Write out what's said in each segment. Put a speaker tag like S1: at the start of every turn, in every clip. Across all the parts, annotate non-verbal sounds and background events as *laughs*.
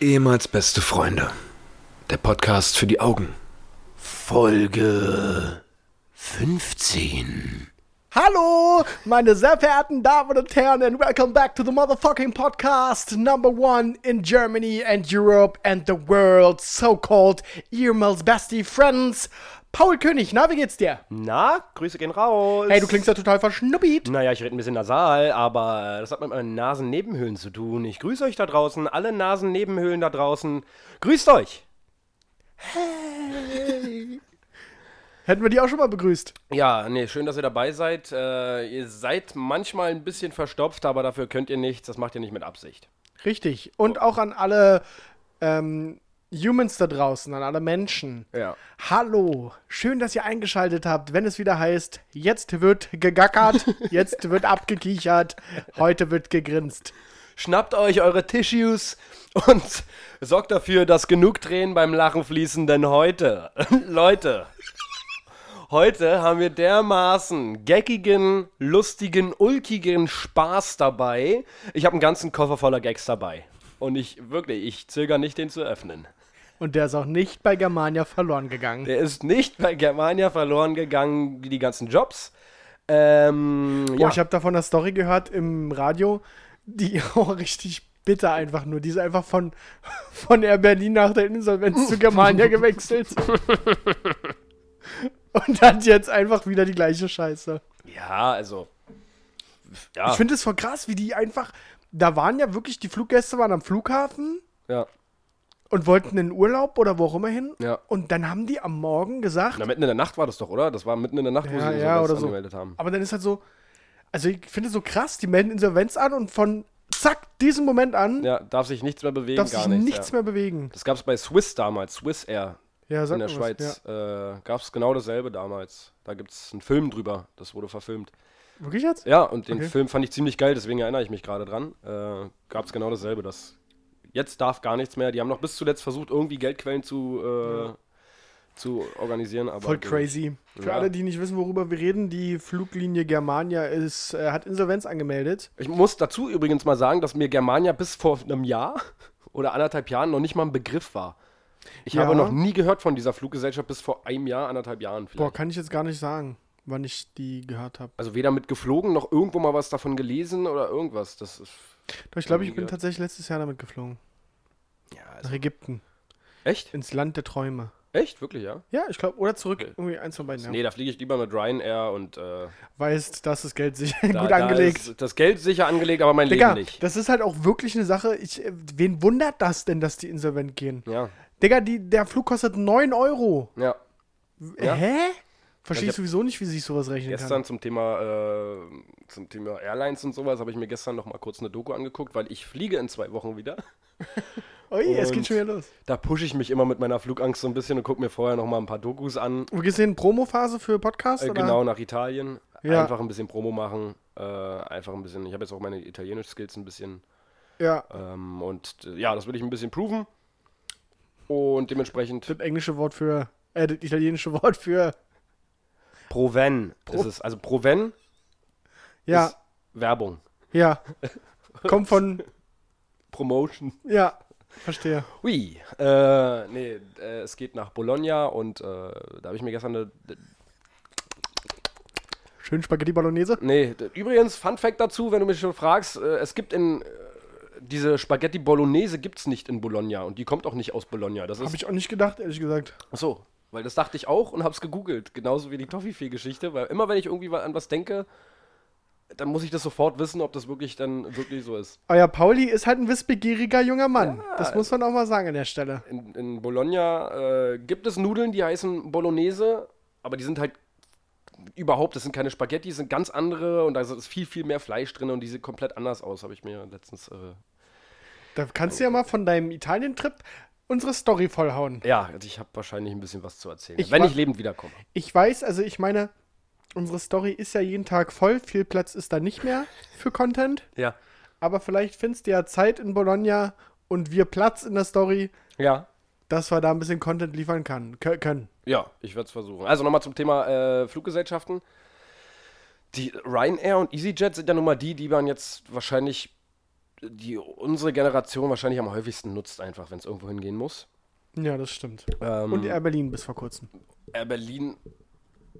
S1: Ehemals beste Freunde. Der Podcast für die Augen.
S2: Folge 15.
S3: Hallo, meine sehr verehrten Damen und Herren, and welcome back to the motherfucking podcast number one in Germany and Europe and the world, so-called Irmels bestie friends. Paul König, na, wie geht's dir?
S2: Na, Grüße gehen raus.
S3: Hey, du klingst ja total verschnuppiert.
S2: Naja, ich rede ein bisschen nasal, aber das hat mit meinen Nasennebenhöhlen zu tun. Ich grüße euch da draußen, alle Nasennebenhöhlen da draußen. Grüßt euch!
S3: Hätten wir die auch schon mal begrüßt.
S2: Ja, nee, schön, dass ihr dabei seid. Äh, ihr seid manchmal ein bisschen verstopft, aber dafür könnt ihr nichts. Das macht ihr nicht mit Absicht.
S3: Richtig. Und auch an alle ähm, Humans da draußen, an alle Menschen.
S2: Ja.
S3: Hallo, schön, dass ihr eingeschaltet habt, wenn es wieder heißt, jetzt wird gegackert, jetzt wird abgekichert, heute wird gegrinst.
S2: Schnappt euch eure Tissues und *laughs* sorgt dafür, dass genug Tränen beim Lachen fließen, denn heute, *laughs* Leute, heute haben wir dermaßen geckigen, lustigen, ulkigen Spaß dabei. Ich habe einen ganzen Koffer voller Gags dabei. Und ich, wirklich, ich zögere nicht, den zu öffnen.
S3: Und der ist auch nicht bei Germania verloren gegangen.
S2: Der ist nicht bei Germania verloren gegangen, die ganzen Jobs. Ähm,
S3: Boah, Oh, ich habe davon eine Story gehört im Radio, die *laughs* auch richtig bitter einfach nur. Die ist einfach von, *laughs* von Air Berlin nach der Insolvenz zu Germania
S2: *laughs*
S3: gewechselt. Und hat jetzt einfach wieder die gleiche Scheiße.
S2: ja also. Ja,
S3: Ich finde es voll krass, wie die einfach. Da waren ja wirklich, die Fluggäste waren am Flughafen
S2: ja.
S3: und wollten in Urlaub oder wo auch immer hin.
S2: Ja.
S3: Und dann haben die am Morgen
S2: Na,
S3: gesagt,
S2: mitten in der Nacht war das doch, oder? Das war mitten in der Nacht, wo
S3: ja,
S2: sie
S3: ja,
S2: Insolvenz
S3: oder so.
S2: angemeldet haben.
S3: Aber dann ist halt so, also ich finde es so krass, die melden Insolvenz an und von zack, diesem Moment an
S2: Ja, darf sich nichts mehr bewegen,
S3: darf
S2: gar
S3: sich
S2: nichts.
S3: nichts,
S2: ja.
S3: mehr bewegen.
S2: Das gab es bei Swiss damals, Swiss Air
S3: Ja, sag
S2: in der
S3: mal was,
S2: Schweiz. Äh, gab es genau dasselbe damals. Da gibt es einen Film drüber, das wurde verfilmt.
S3: Ja. Wirklich jetzt?
S2: Ja, und den
S3: Okay.
S2: Film fand ich ziemlich geil, deswegen erinnere ich mich gerade dran. Äh, gab es genau dasselbe. Das jetzt darf gar nichts mehr. Die haben noch bis zuletzt versucht, irgendwie Geldquellen zu, äh, zu organisieren. Aber
S3: Voll
S2: ging
S3: crazy. Für
S2: Ja.
S3: alle, die nicht wissen, worüber wir reden, die Fluglinie Germania ist, äh, hat Insolvenz angemeldet.
S2: Ich muss dazu übrigens mal sagen, dass mir Germania bis vor einem Jahr *laughs* oder anderthalb Jahren noch nicht mal ein Begriff war. Ich
S3: Ja.
S2: habe noch nie gehört von dieser Fluggesellschaft bis vor einem Jahr, anderthalb Jahren
S3: Boah,
S2: vielleicht.
S3: kann ich jetzt gar nicht sagen, wann ich die gehört habe.
S2: Also weder mit geflogen noch irgendwo mal was davon gelesen oder irgendwas. Das ist.
S3: Doch, ich glaube,
S2: nie
S3: ich bin
S2: gehört.
S3: tatsächlich letztes Jahr damit geflogen.
S2: Ja,
S3: Nach Ägypten.
S2: echt?
S3: Ins Land der Träume.
S2: Echt? Wirklich, ja?
S3: Ja, ich glaube, oder zurück.
S2: Okay.
S3: Irgendwie eins von beiden. Ja.
S2: Nee, da fliege ich lieber mit Ryanair und äh,
S3: Weißt, das ist Geld *laughs* sicher
S2: da,
S3: gut
S2: da
S3: angelegt.
S2: Ist das Geld sicher angelegt, aber mein
S3: Digga,
S2: Leben nicht.
S3: das ist halt auch wirklich eine Sache. Ich, äh, wen wundert das denn, dass die insolvent gehen?
S2: Ja,
S3: Digga, die, der Flug kostet 9 Euro.
S2: ja. Ja.
S3: Hä? Verstehe
S2: Ja, ich
S3: ich sowieso nicht, wie sich sowas rechnen
S2: Gestern zum Thema, äh, zum Thema Airlines und sowas habe ich mir gestern noch mal kurz eine Doku angeguckt, weil ich fliege in zwei Wochen wieder.
S3: kann. Ui, es
S2: und-
S3: geht schon wieder los.
S2: Da pushe ich mich immer mit meiner Flugangst so ein bisschen und gucke mir vorher noch mal ein paar Dokus an.
S3: Wir gesehen Promophase für Podcast?
S2: Äh,
S3: oder?
S2: genau, nach Italien.
S3: Ja.
S2: Einfach ein bisschen Promo machen. Äh, einfach ein bisschen. Ich habe jetzt auch meine Italienisch-Skills ein bisschen.
S3: Ja,
S2: Ähm, und äh, ja, das will ich ein bisschen proven. Und dementsprechend.
S3: das englische Wort für, äh, das italienische Wort für,
S2: Proven ist es. Also Proven
S3: ja,
S2: ist Werbung. *laughs*
S3: ja. Kommt von,
S2: Promotion.
S3: ja, verstehe.
S2: Ui. Äh, nee, äh, es geht nach Bologna und äh, da habe ich mir gestern eine.
S3: Schön Spaghetti Bolognese.
S2: Nee, d- übrigens, Fun Fact dazu, wenn du mich schon fragst, äh, es gibt in. äh, Diese Spaghetti Bolognese gibt's nicht in Bologna und die kommt auch nicht aus Bologna. Das ist
S3: Habe ich auch nicht gedacht, ehrlich gesagt.
S2: Ach so, weil das dachte ich auch und hab's gegoogelt. Genauso wie die Toffifee-Geschichte, weil immer wenn ich irgendwie wa- an was denke, dann muss ich das sofort wissen, ob das wirklich dann wirklich so ist.
S3: Euer Pauli ist halt ein wissbegieriger junger Mann. das muss man auch mal sagen an der Stelle.
S2: In, in Bologna äh, gibt es Nudeln, die heißen Bolognese, aber die sind halt überhaupt, das sind keine Spaghetti, das sind ganz andere und da ist viel, viel mehr Fleisch drin und die sehen komplett anders aus, habe ich mir letztens. Äh,
S3: Da kannst du ja mal von deinem Italien-Trip unsere Story vollhauen.
S2: ja, also ich habe wahrscheinlich ein bisschen was zu erzählen,
S3: Ich
S2: wenn
S3: war-
S2: ich lebend wiederkomme.
S3: Ich weiß, also ich meine, unsere Story ist ja jeden Tag voll. Viel Platz ist da nicht mehr für Content.
S2: Ja.
S3: Aber vielleicht findest du ja Zeit in Bologna und wir Platz in der Story,
S2: Ja.
S3: dass wir da ein bisschen Content liefern kann, kö- können.
S2: Ja, ich werde es versuchen. Also nochmal zum Thema äh, Fluggesellschaften. Die Ryanair und EasyJet sind ja nun mal die, die man jetzt wahrscheinlich die unsere Generation wahrscheinlich am häufigsten nutzt, einfach, wenn es irgendwo hingehen muss.
S3: Ja, das stimmt.
S2: Ähm,
S3: Und Air Berlin bis vor kurzem.
S2: Air Berlin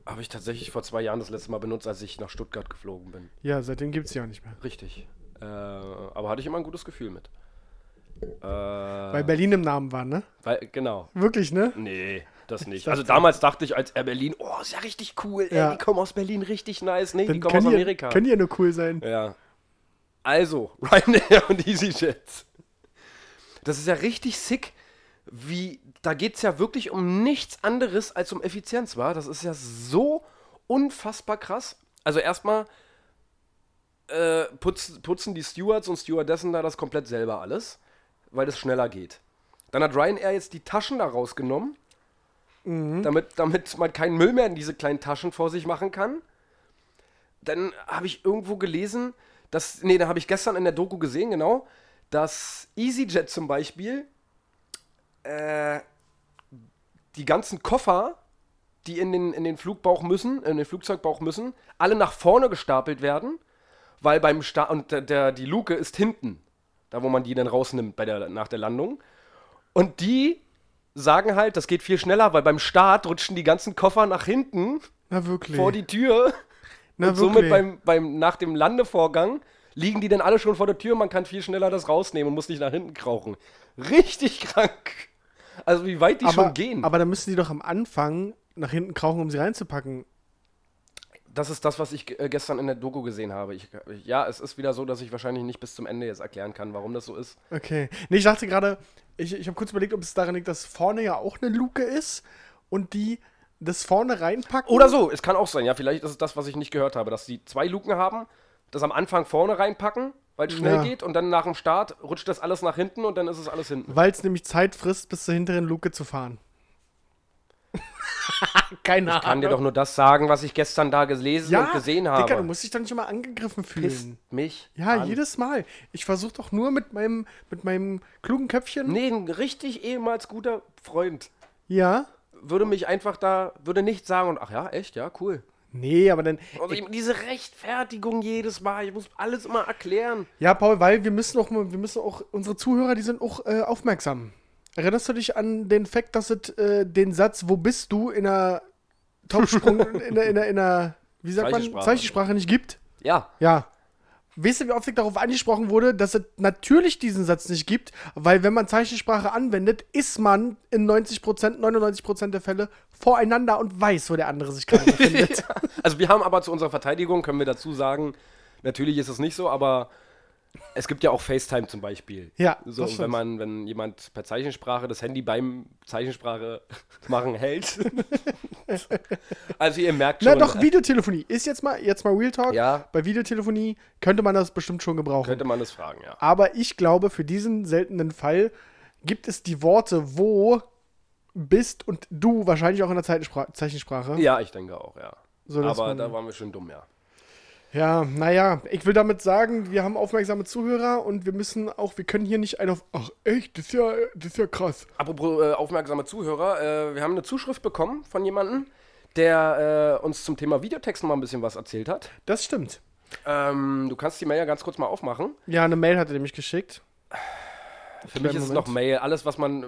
S2: habe ich tatsächlich vor zwei Jahren das letzte Mal benutzt, als ich nach Stuttgart geflogen bin.
S3: Ja, seitdem gibt es ja auch nicht mehr.
S2: Richtig. Äh, aber hatte ich immer ein gutes Gefühl mit. Äh,
S3: Weil Berlin im Namen war, ne?
S2: weil, genau.
S3: Wirklich, ne?
S2: Nee, das nicht.
S3: dachte-
S2: Also damals dachte ich als Air Berlin, oh, ist ja richtig cool, ey,
S3: halt Ja.
S2: die kommen aus Berlin, richtig nice. Nee, die
S3: Dann
S2: kommen aus
S3: können die-
S2: Amerika.
S3: Können die ja nur cool sein.
S2: Ja. Also, *laughs* Ryanair und EasyJet. Das ist ja richtig sick, wie, da geht es ja wirklich um nichts anderes als um Effizienz, war. Das ist ja so unfassbar krass. Also erstmal äh, putzen, putzen die Stewards und Stewardessen da das komplett selber alles, weil das schneller geht. Dann hat Ryanair jetzt die Taschen da rausgenommen, damit, damit man keinen Müll mehr in diese kleinen Taschen vor sich machen kann dann habe ich irgendwo gelesen, dass, nee, da habe ich gestern in der Doku gesehen, genau, dass EasyJet zum Beispiel äh, die ganzen Koffer, die in den, in den Flugbauch müssen, in den Flugzeugbauch müssen, alle nach vorne gestapelt werden, weil beim Start, und der, der, die Luke ist hinten, da wo man die dann rausnimmt bei der, nach der Landung. Und die sagen halt, das geht viel schneller, weil beim Start rutschen die ganzen Koffer nach hinten
S3: Na wirklich.
S2: vor die Tür.
S3: Na
S2: und
S3: wirklich.
S2: somit beim, beim, nach dem Landevorgang liegen die dann alle schon vor der Tür. Man kann viel schneller das rausnehmen und muss nicht nach hinten krauchen. Richtig krank. Also wie weit die
S3: aber,
S2: schon gehen.
S3: aber dann müssen die doch am Anfang nach hinten krauchen, um sie reinzupacken.
S2: das ist das, was ich äh, gestern in der Doku gesehen habe. Ich, ja, es ist wieder so, dass ich wahrscheinlich nicht bis zum Ende jetzt erklären kann, warum das so ist.
S3: Okay. Nee, ich dachte gerade, ich, ich habe kurz überlegt, ob es daran liegt, dass vorne ja auch eine Luke ist und die das vorne reinpacken.
S2: Oder so, es kann auch sein. Ja, vielleicht ist es das, was ich nicht gehört habe, dass die zwei Luken haben, das am Anfang vorne reinpacken, weil es schnell
S3: Ja.
S2: geht und dann nach dem Start rutscht das alles nach hinten und dann ist es alles hinten.
S3: Weil es nämlich Zeit frisst, bis zur hinteren Luke zu fahren. Keine Ahnung.
S2: Kann dir doch nur das sagen, was ich gestern da gelesen und gesehen habe.
S3: Ah, Dicker, du musst dich doch nicht immer angegriffen fühlen.
S2: pisst mich.
S3: Ja,
S2: an.
S3: jedes Mal. Ich versuche doch nur mit meinem, mit meinem klugen Köpfchen.
S2: Nee, ein richtig ehemals guter Freund
S3: Ja.
S2: würde mich einfach da, würde nicht sagen und ach ja, echt, ja, cool.
S3: Nee, aber dann.
S2: Also eben diese Rechtfertigung jedes Mal, ich muss alles immer erklären.
S3: Ja, Paul, weil wir müssen auch, mal- wir müssen auch, unsere Zuhörer, die sind auch äh, aufmerksam. Erinnerst du dich an den Fakt, dass es äh, den Satz, wo bist du, in einer Topsprung, in einer, in einer, in einer wie sagt man,
S2: Zeichensprache.
S3: Zeichensprache nicht gibt?
S2: Ja,
S3: Ja. Weißt du, wie oft ich darauf angesprochen wurde, dass es natürlich diesen Satz nicht gibt, weil wenn man Zeichensprache anwendet, ist man in 90%, 99% der Fälle voreinander und weiß, wo der andere sich gerade befindet.
S2: also wir haben aber zu unserer Verteidigung, können wir dazu sagen, natürlich ist es nicht so, aber es gibt ja auch FaceTime zum Beispiel.
S3: Ja,
S2: So,
S3: das stimmt.
S2: wenn man, wenn jemand per Zeichensprache das Handy beim Zeichensprache *laughs*
S3: *laughs*
S2: machen hält. also ihr merkt
S3: Na
S2: schon,
S3: doch,
S2: äh,
S3: Videotelefonie. Ist jetzt mal, jetzt mal Real Talk.
S2: Ja.
S3: Bei Videotelefonie könnte man das bestimmt schon gebrauchen.
S2: könnte man das fragen, ja.
S3: Aber ich glaube, für diesen seltenen Fall gibt es die Worte wo, bist und du wahrscheinlich auch in der Zeichensprache. Zeichensprache.
S2: Ja, ich denke auch, ja.
S3: So, dass
S2: aber
S3: man-
S2: da waren wir schon dumm, ja.
S3: Ja, naja, ich will damit sagen, wir haben aufmerksame Zuhörer und wir müssen auch, wir können hier nicht einen auf, ach echt, das ist ja, das ist ja krass.
S2: Apropos äh, aufmerksame Zuhörer, äh, wir haben eine Zuschrift bekommen von jemandem, der äh, uns zum Thema Videotext noch mal ein bisschen was erzählt hat.
S3: Das stimmt.
S2: Ähm, du kannst die Mail ja ganz kurz mal aufmachen.
S3: Ja, eine Mail hat er nämlich geschickt.
S2: Für mich
S3: Kleinen
S2: ist es
S3: Moment.
S2: noch Mail. Alles, was man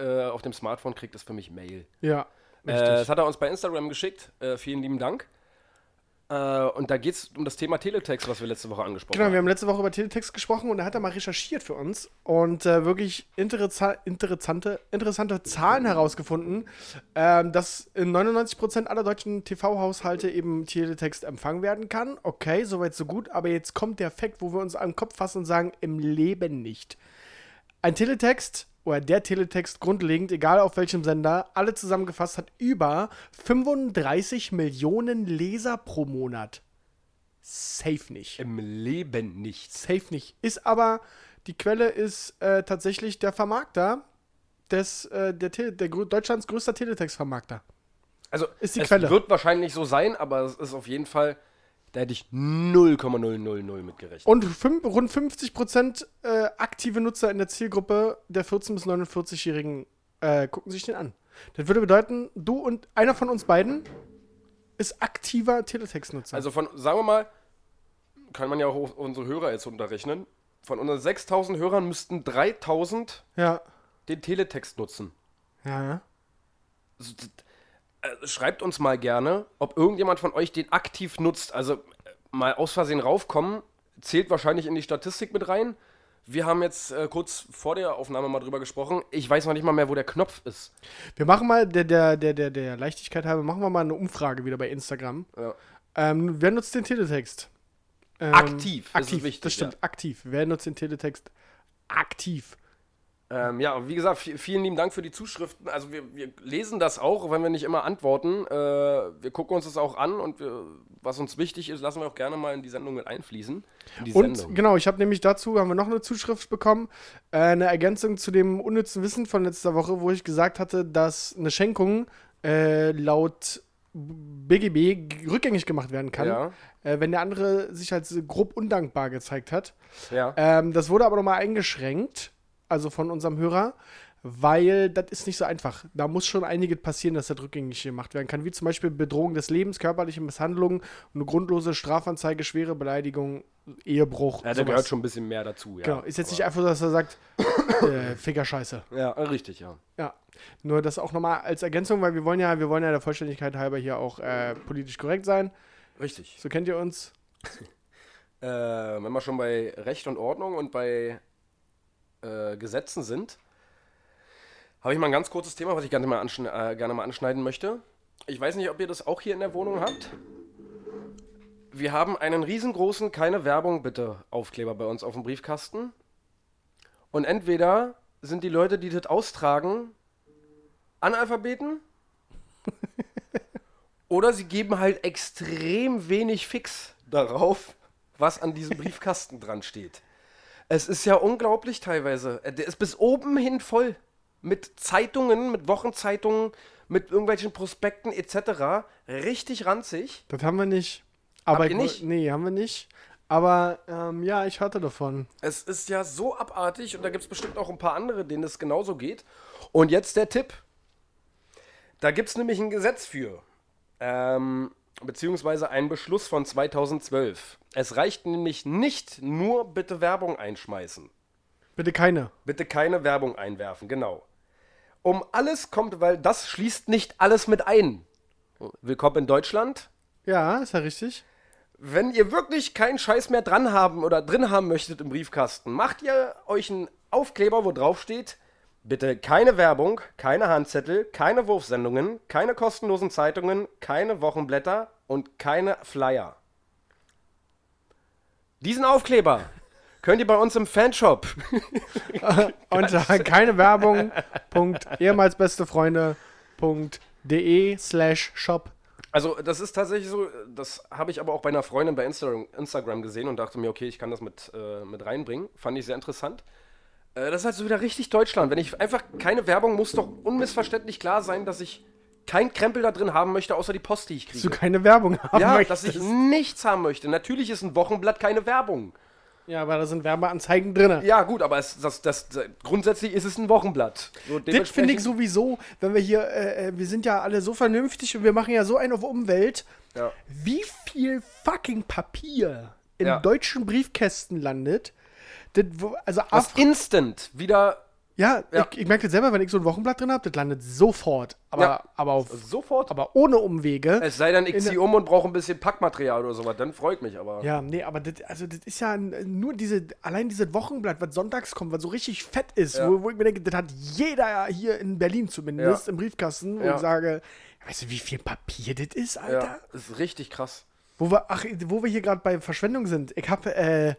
S2: äh, auf dem Smartphone kriegt, ist für mich Mail.
S3: Ja,
S2: Äh, das hat er uns bei Instagram geschickt. Äh, vielen lieben Dank. Äh, und da geht es um das Thema Teletext, was wir letzte Woche angesprochen
S3: Genau, wir
S2: haben.
S3: haben letzte Woche über Teletext gesprochen und da hat er mal recherchiert für uns und äh, wirklich interessa interessante, interessante Zahlen herausgefunden, ähm, dass in 99% aller deutschen TV-Haushalte eben Teletext empfangen werden kann. Okay, soweit so gut, aber jetzt kommt der Fakt, wo wir uns am Kopf fassen und sagen, im Leben nicht. Ein Teletext oder der Teletext grundlegend, egal auf welchem Sender, alle zusammengefasst hat über 35 Millionen Leser pro Monat. Safe nicht.
S2: Im Leben nichts.
S3: Safe nicht. Ist aber, die Quelle ist äh, tatsächlich der Vermarkter, des, äh, der, Tele der grö- Deutschlands größter Teletext-Vermarkter.
S2: Also,
S3: Ist die
S2: es
S3: Quelle.
S2: wird wahrscheinlich so sein, aber es ist auf jeden Fall, da hätte ich 0,000 mitgerechnet.
S3: Und fünf, rund 50 Prozent äh, aktive Nutzer in der Zielgruppe der 14- bis 49-Jährigen äh, gucken sich den an. Das würde bedeuten, du und einer von uns beiden ist aktiver Teletext-Nutzer.
S2: Also von, sagen wir mal, kann man ja auch unsere Hörer jetzt unterrechnen. Von unseren 6000 Hörern müssten 3000
S3: Ja.
S2: den Teletext nutzen.
S3: Ja, ja.
S2: So, d- äh, Schreibt uns mal gerne, ob irgendjemand von euch den aktiv nutzt. Also äh, mal aus Versehen raufkommen, zählt wahrscheinlich in die Statistik mit rein. Wir haben jetzt äh, kurz vor der Aufnahme mal drüber gesprochen. Ich weiß noch nicht mal mehr, wo der Knopf ist.
S3: Wir machen mal, der, der, der, der, der Leichtigkeit halber, machen wir mal eine Umfrage wieder bei Instagram.
S2: Ja.
S3: Ähm, wer nutzt den Teletext? Ähm,
S2: Aktiv, das ist
S3: Aktiv,
S2: wichtig,
S3: das stimmt,
S2: ja.
S3: aktiv. Wer nutzt den Teletext aktiv?
S2: Ähm, ja, und wie gesagt, vi- vielen lieben Dank für die Zuschriften. Also wir, wir lesen das auch, auch wenn wir nicht immer antworten. Äh, wir gucken uns das auch an und wir, was uns wichtig ist, lassen wir auch gerne mal in die Sendung mit einfließen. In die
S3: Und genau, ich habe nämlich dazu, haben wir noch eine Zuschrift bekommen, äh, eine Ergänzung zu dem unnützen Wissen von letzter Woche, wo ich gesagt hatte, dass eine Schenkung äh, laut BGB g- rückgängig gemacht werden kann,
S2: Ja.
S3: äh, wenn der andere sich als grob undankbar gezeigt hat.
S2: Ja.
S3: Ähm, das wurde aber nochmal eingeschränkt, also von unserem Hörer, weil das ist nicht so einfach. Da muss schon einiges passieren, dass das rückgängig gemacht werden kann, wie zum Beispiel Bedrohung des Lebens, körperliche Misshandlung, eine grundlose Strafanzeige, schwere Beleidigung, Ehebruch.
S2: ja, da
S3: sowas.
S2: gehört schon ein bisschen mehr dazu. Ja.
S3: Genau, ist jetzt nicht einfach so, dass er sagt, *coughs* äh, Ficker-Scheiße.
S2: Ja, richtig, ja.
S3: Ja, nur das auch nochmal als Ergänzung, weil wir wollen ja, wir wollen ja der Vollständigkeit halber hier auch äh, politisch korrekt sein.
S2: Richtig.
S3: So kennt ihr uns.
S2: Äh, wenn wir schon bei Recht und Ordnung und bei äh, Gesetzen sind, habe ich mal ein ganz kurzes Thema, was ich gerne mal, anschn äh, gerne mal anschneiden möchte. Ich weiß nicht, ob ihr das auch hier in der Wohnung habt. Wir haben einen riesengroßen keine Werbung bitte Aufkleber bei uns auf dem Briefkasten. Und entweder sind die Leute, die das austragen, Analphabeten oder sie geben halt extrem wenig Fix darauf, was an diesem Briefkasten dran steht. Es ist ja unglaublich teilweise. Äh, Der ist bis oben hin voll mit Zeitungen, mit Wochenzeitungen, mit irgendwelchen Prospekten etc. Richtig ranzig.
S3: Das haben wir nicht. Aber
S2: ihr
S3: ich wo-
S2: nicht?
S3: Nee, haben wir nicht. Aber ähm, ja, ich hörte davon.
S2: Es ist ja so abartig und da gibt es bestimmt auch ein paar andere, denen es genauso geht. Und jetzt der Tipp. Da gibt es nämlich ein Gesetz für. Ähm, beziehungsweise einen Beschluss von 2012. Es reicht nämlich nicht nur bitte Werbung einschmeißen.
S3: Bitte keine.
S2: Bitte keine Werbung einwerfen, genau. Um alles kommt, weil das schließt nicht alles mit ein. Willkommen in Deutschland.
S3: Ja, ist ja richtig.
S2: Wenn ihr wirklich keinen Scheiß mehr dran haben oder drin haben möchtet im Briefkasten, macht ihr euch einen Aufkleber, wo drauf steht, bitte keine Werbung, keine Handzettel, keine Wurfsendungen, keine kostenlosen Zeitungen, keine Wochenblätter und keine Flyer. Diesen Aufkleber könnt ihr bei uns im Fanshop
S3: Unter *laughs* keine Werbung. Punkt, ehemals beste Freunde. Punkt, de slash shop.
S2: Also, das ist tatsächlich so, das habe ich aber auch bei einer Freundin bei Instagram, Instagram gesehen und dachte mir, okay, ich kann das mit, äh, mit reinbringen. Fand ich sehr interessant. Äh, das ist halt so wieder richtig Deutschland. Wenn ich einfach keine Werbung, muss doch unmissverständlich klar sein, dass ich kein Krempel da drin haben möchte, außer die Post, die ich
S3: Dass du
S2: kriege.
S3: keine Werbung haben
S2: Ja, dass
S3: möchtest.
S2: ich nichts haben möchte. Natürlich ist ein Wochenblatt keine Werbung.
S3: ja, aber da sind Werbeanzeigen drin.
S2: Ja, gut, aber es, das, das, grundsätzlich ist es ein Wochenblatt. So,
S3: Das finde ich
S2: dementsprechend-
S3: sowieso, wenn wir hier, äh, äh, wir sind ja alle so vernünftig und wir machen ja so einen auf Umwelt.
S2: Ja.
S3: Wie viel fucking Papier in
S2: Ja.
S3: deutschen Briefkästen landet, das, wo- also
S2: Was
S3: Afri-
S2: instant wieder
S3: Ja,
S2: Ja.
S3: ich, ich merke das selber, wenn ich so ein Wochenblatt drin habe, das landet sofort. Aber,
S2: Ja. Also
S3: aber, auf,
S2: sofort.
S3: aber ohne Umwege.
S2: Es sei denn, ich
S3: In-
S2: ziehe um und brauche ein bisschen Packmaterial oder sowas, dann freut mich aber.
S3: ja, nee, aber das, also das ist ja ein- nur diese, allein dieses Wochenblatt, was sonntags kommt, was so richtig fett ist,
S2: Ja.
S3: wo, wo ich mir denke, das hat jeder hier in Berlin zumindest
S2: Ja.
S3: im Briefkasten und
S2: Ja.
S3: ich sage, weißt du, wie viel Papier das ist, Alter?
S2: Ja, ist richtig krass.
S3: Wo wir, ach, wo wir hier gerade bei Verschwendung sind. Ich habe äh,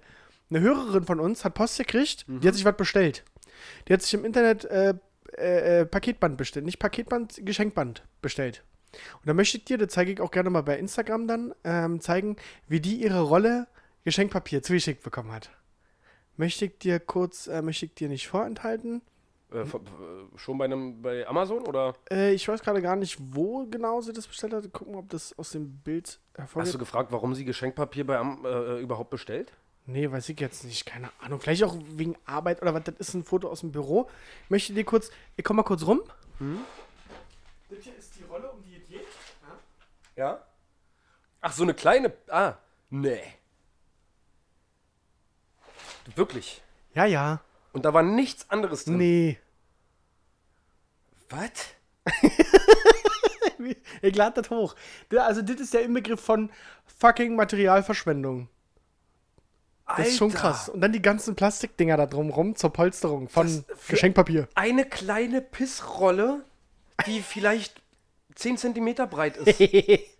S3: eine Hörerin von uns, hat Post gekriegt, die hat sich was bestellt. Die hat sich im Internet äh, äh, äh, Paketband bestellt. Nicht Paketband, Geschenkband bestellt. Und da möchte ich dir, das zeige ich auch gerne mal bei Instagram dann, ähm, zeigen, wie die ihre Rolle Geschenkpapier zugeschickt bekommen hat. Möchte ich dir kurz, äh, möchte ich dir nicht vorenthalten.
S2: Äh,
S3: Hm?
S2: f- f- schon bei einem bei Amazon oder
S3: Äh, ich weiß gerade gar nicht, wo genau sie das bestellt hat. Gucken, ob das aus dem Bild
S2: hast
S3: hervorgeht.
S2: du gefragt, warum sie Geschenkpapier bei Am äh, überhaupt bestellt?
S3: Nee, weiß ich jetzt nicht. Keine Ahnung. Vielleicht auch wegen Arbeit oder was. Das ist ein Foto aus dem Büro. Ich möchte dir kurz. Ich komm mal kurz rum.
S2: Hm?
S3: Das hier ist die Rolle, um die es geht.
S2: Ja. Ach, so eine kleine. Ah, nee. Wirklich.
S3: Ja, ja.
S2: Und da war nichts anderes drin.
S3: Nee. *laughs*
S2: Was?
S3: Ihr glatt das hoch. Da- Also, das ist der Inbegriff von fucking Materialverschwendung.
S2: Alter.
S3: Das ist schon krass. Und dann die ganzen Plastikdinger da drumrum zur Polsterung von
S2: Was für-
S3: Geschenkpapier.
S2: Eine kleine Pissrolle, die vielleicht 10 Zentimeter breit ist.
S3: *laughs*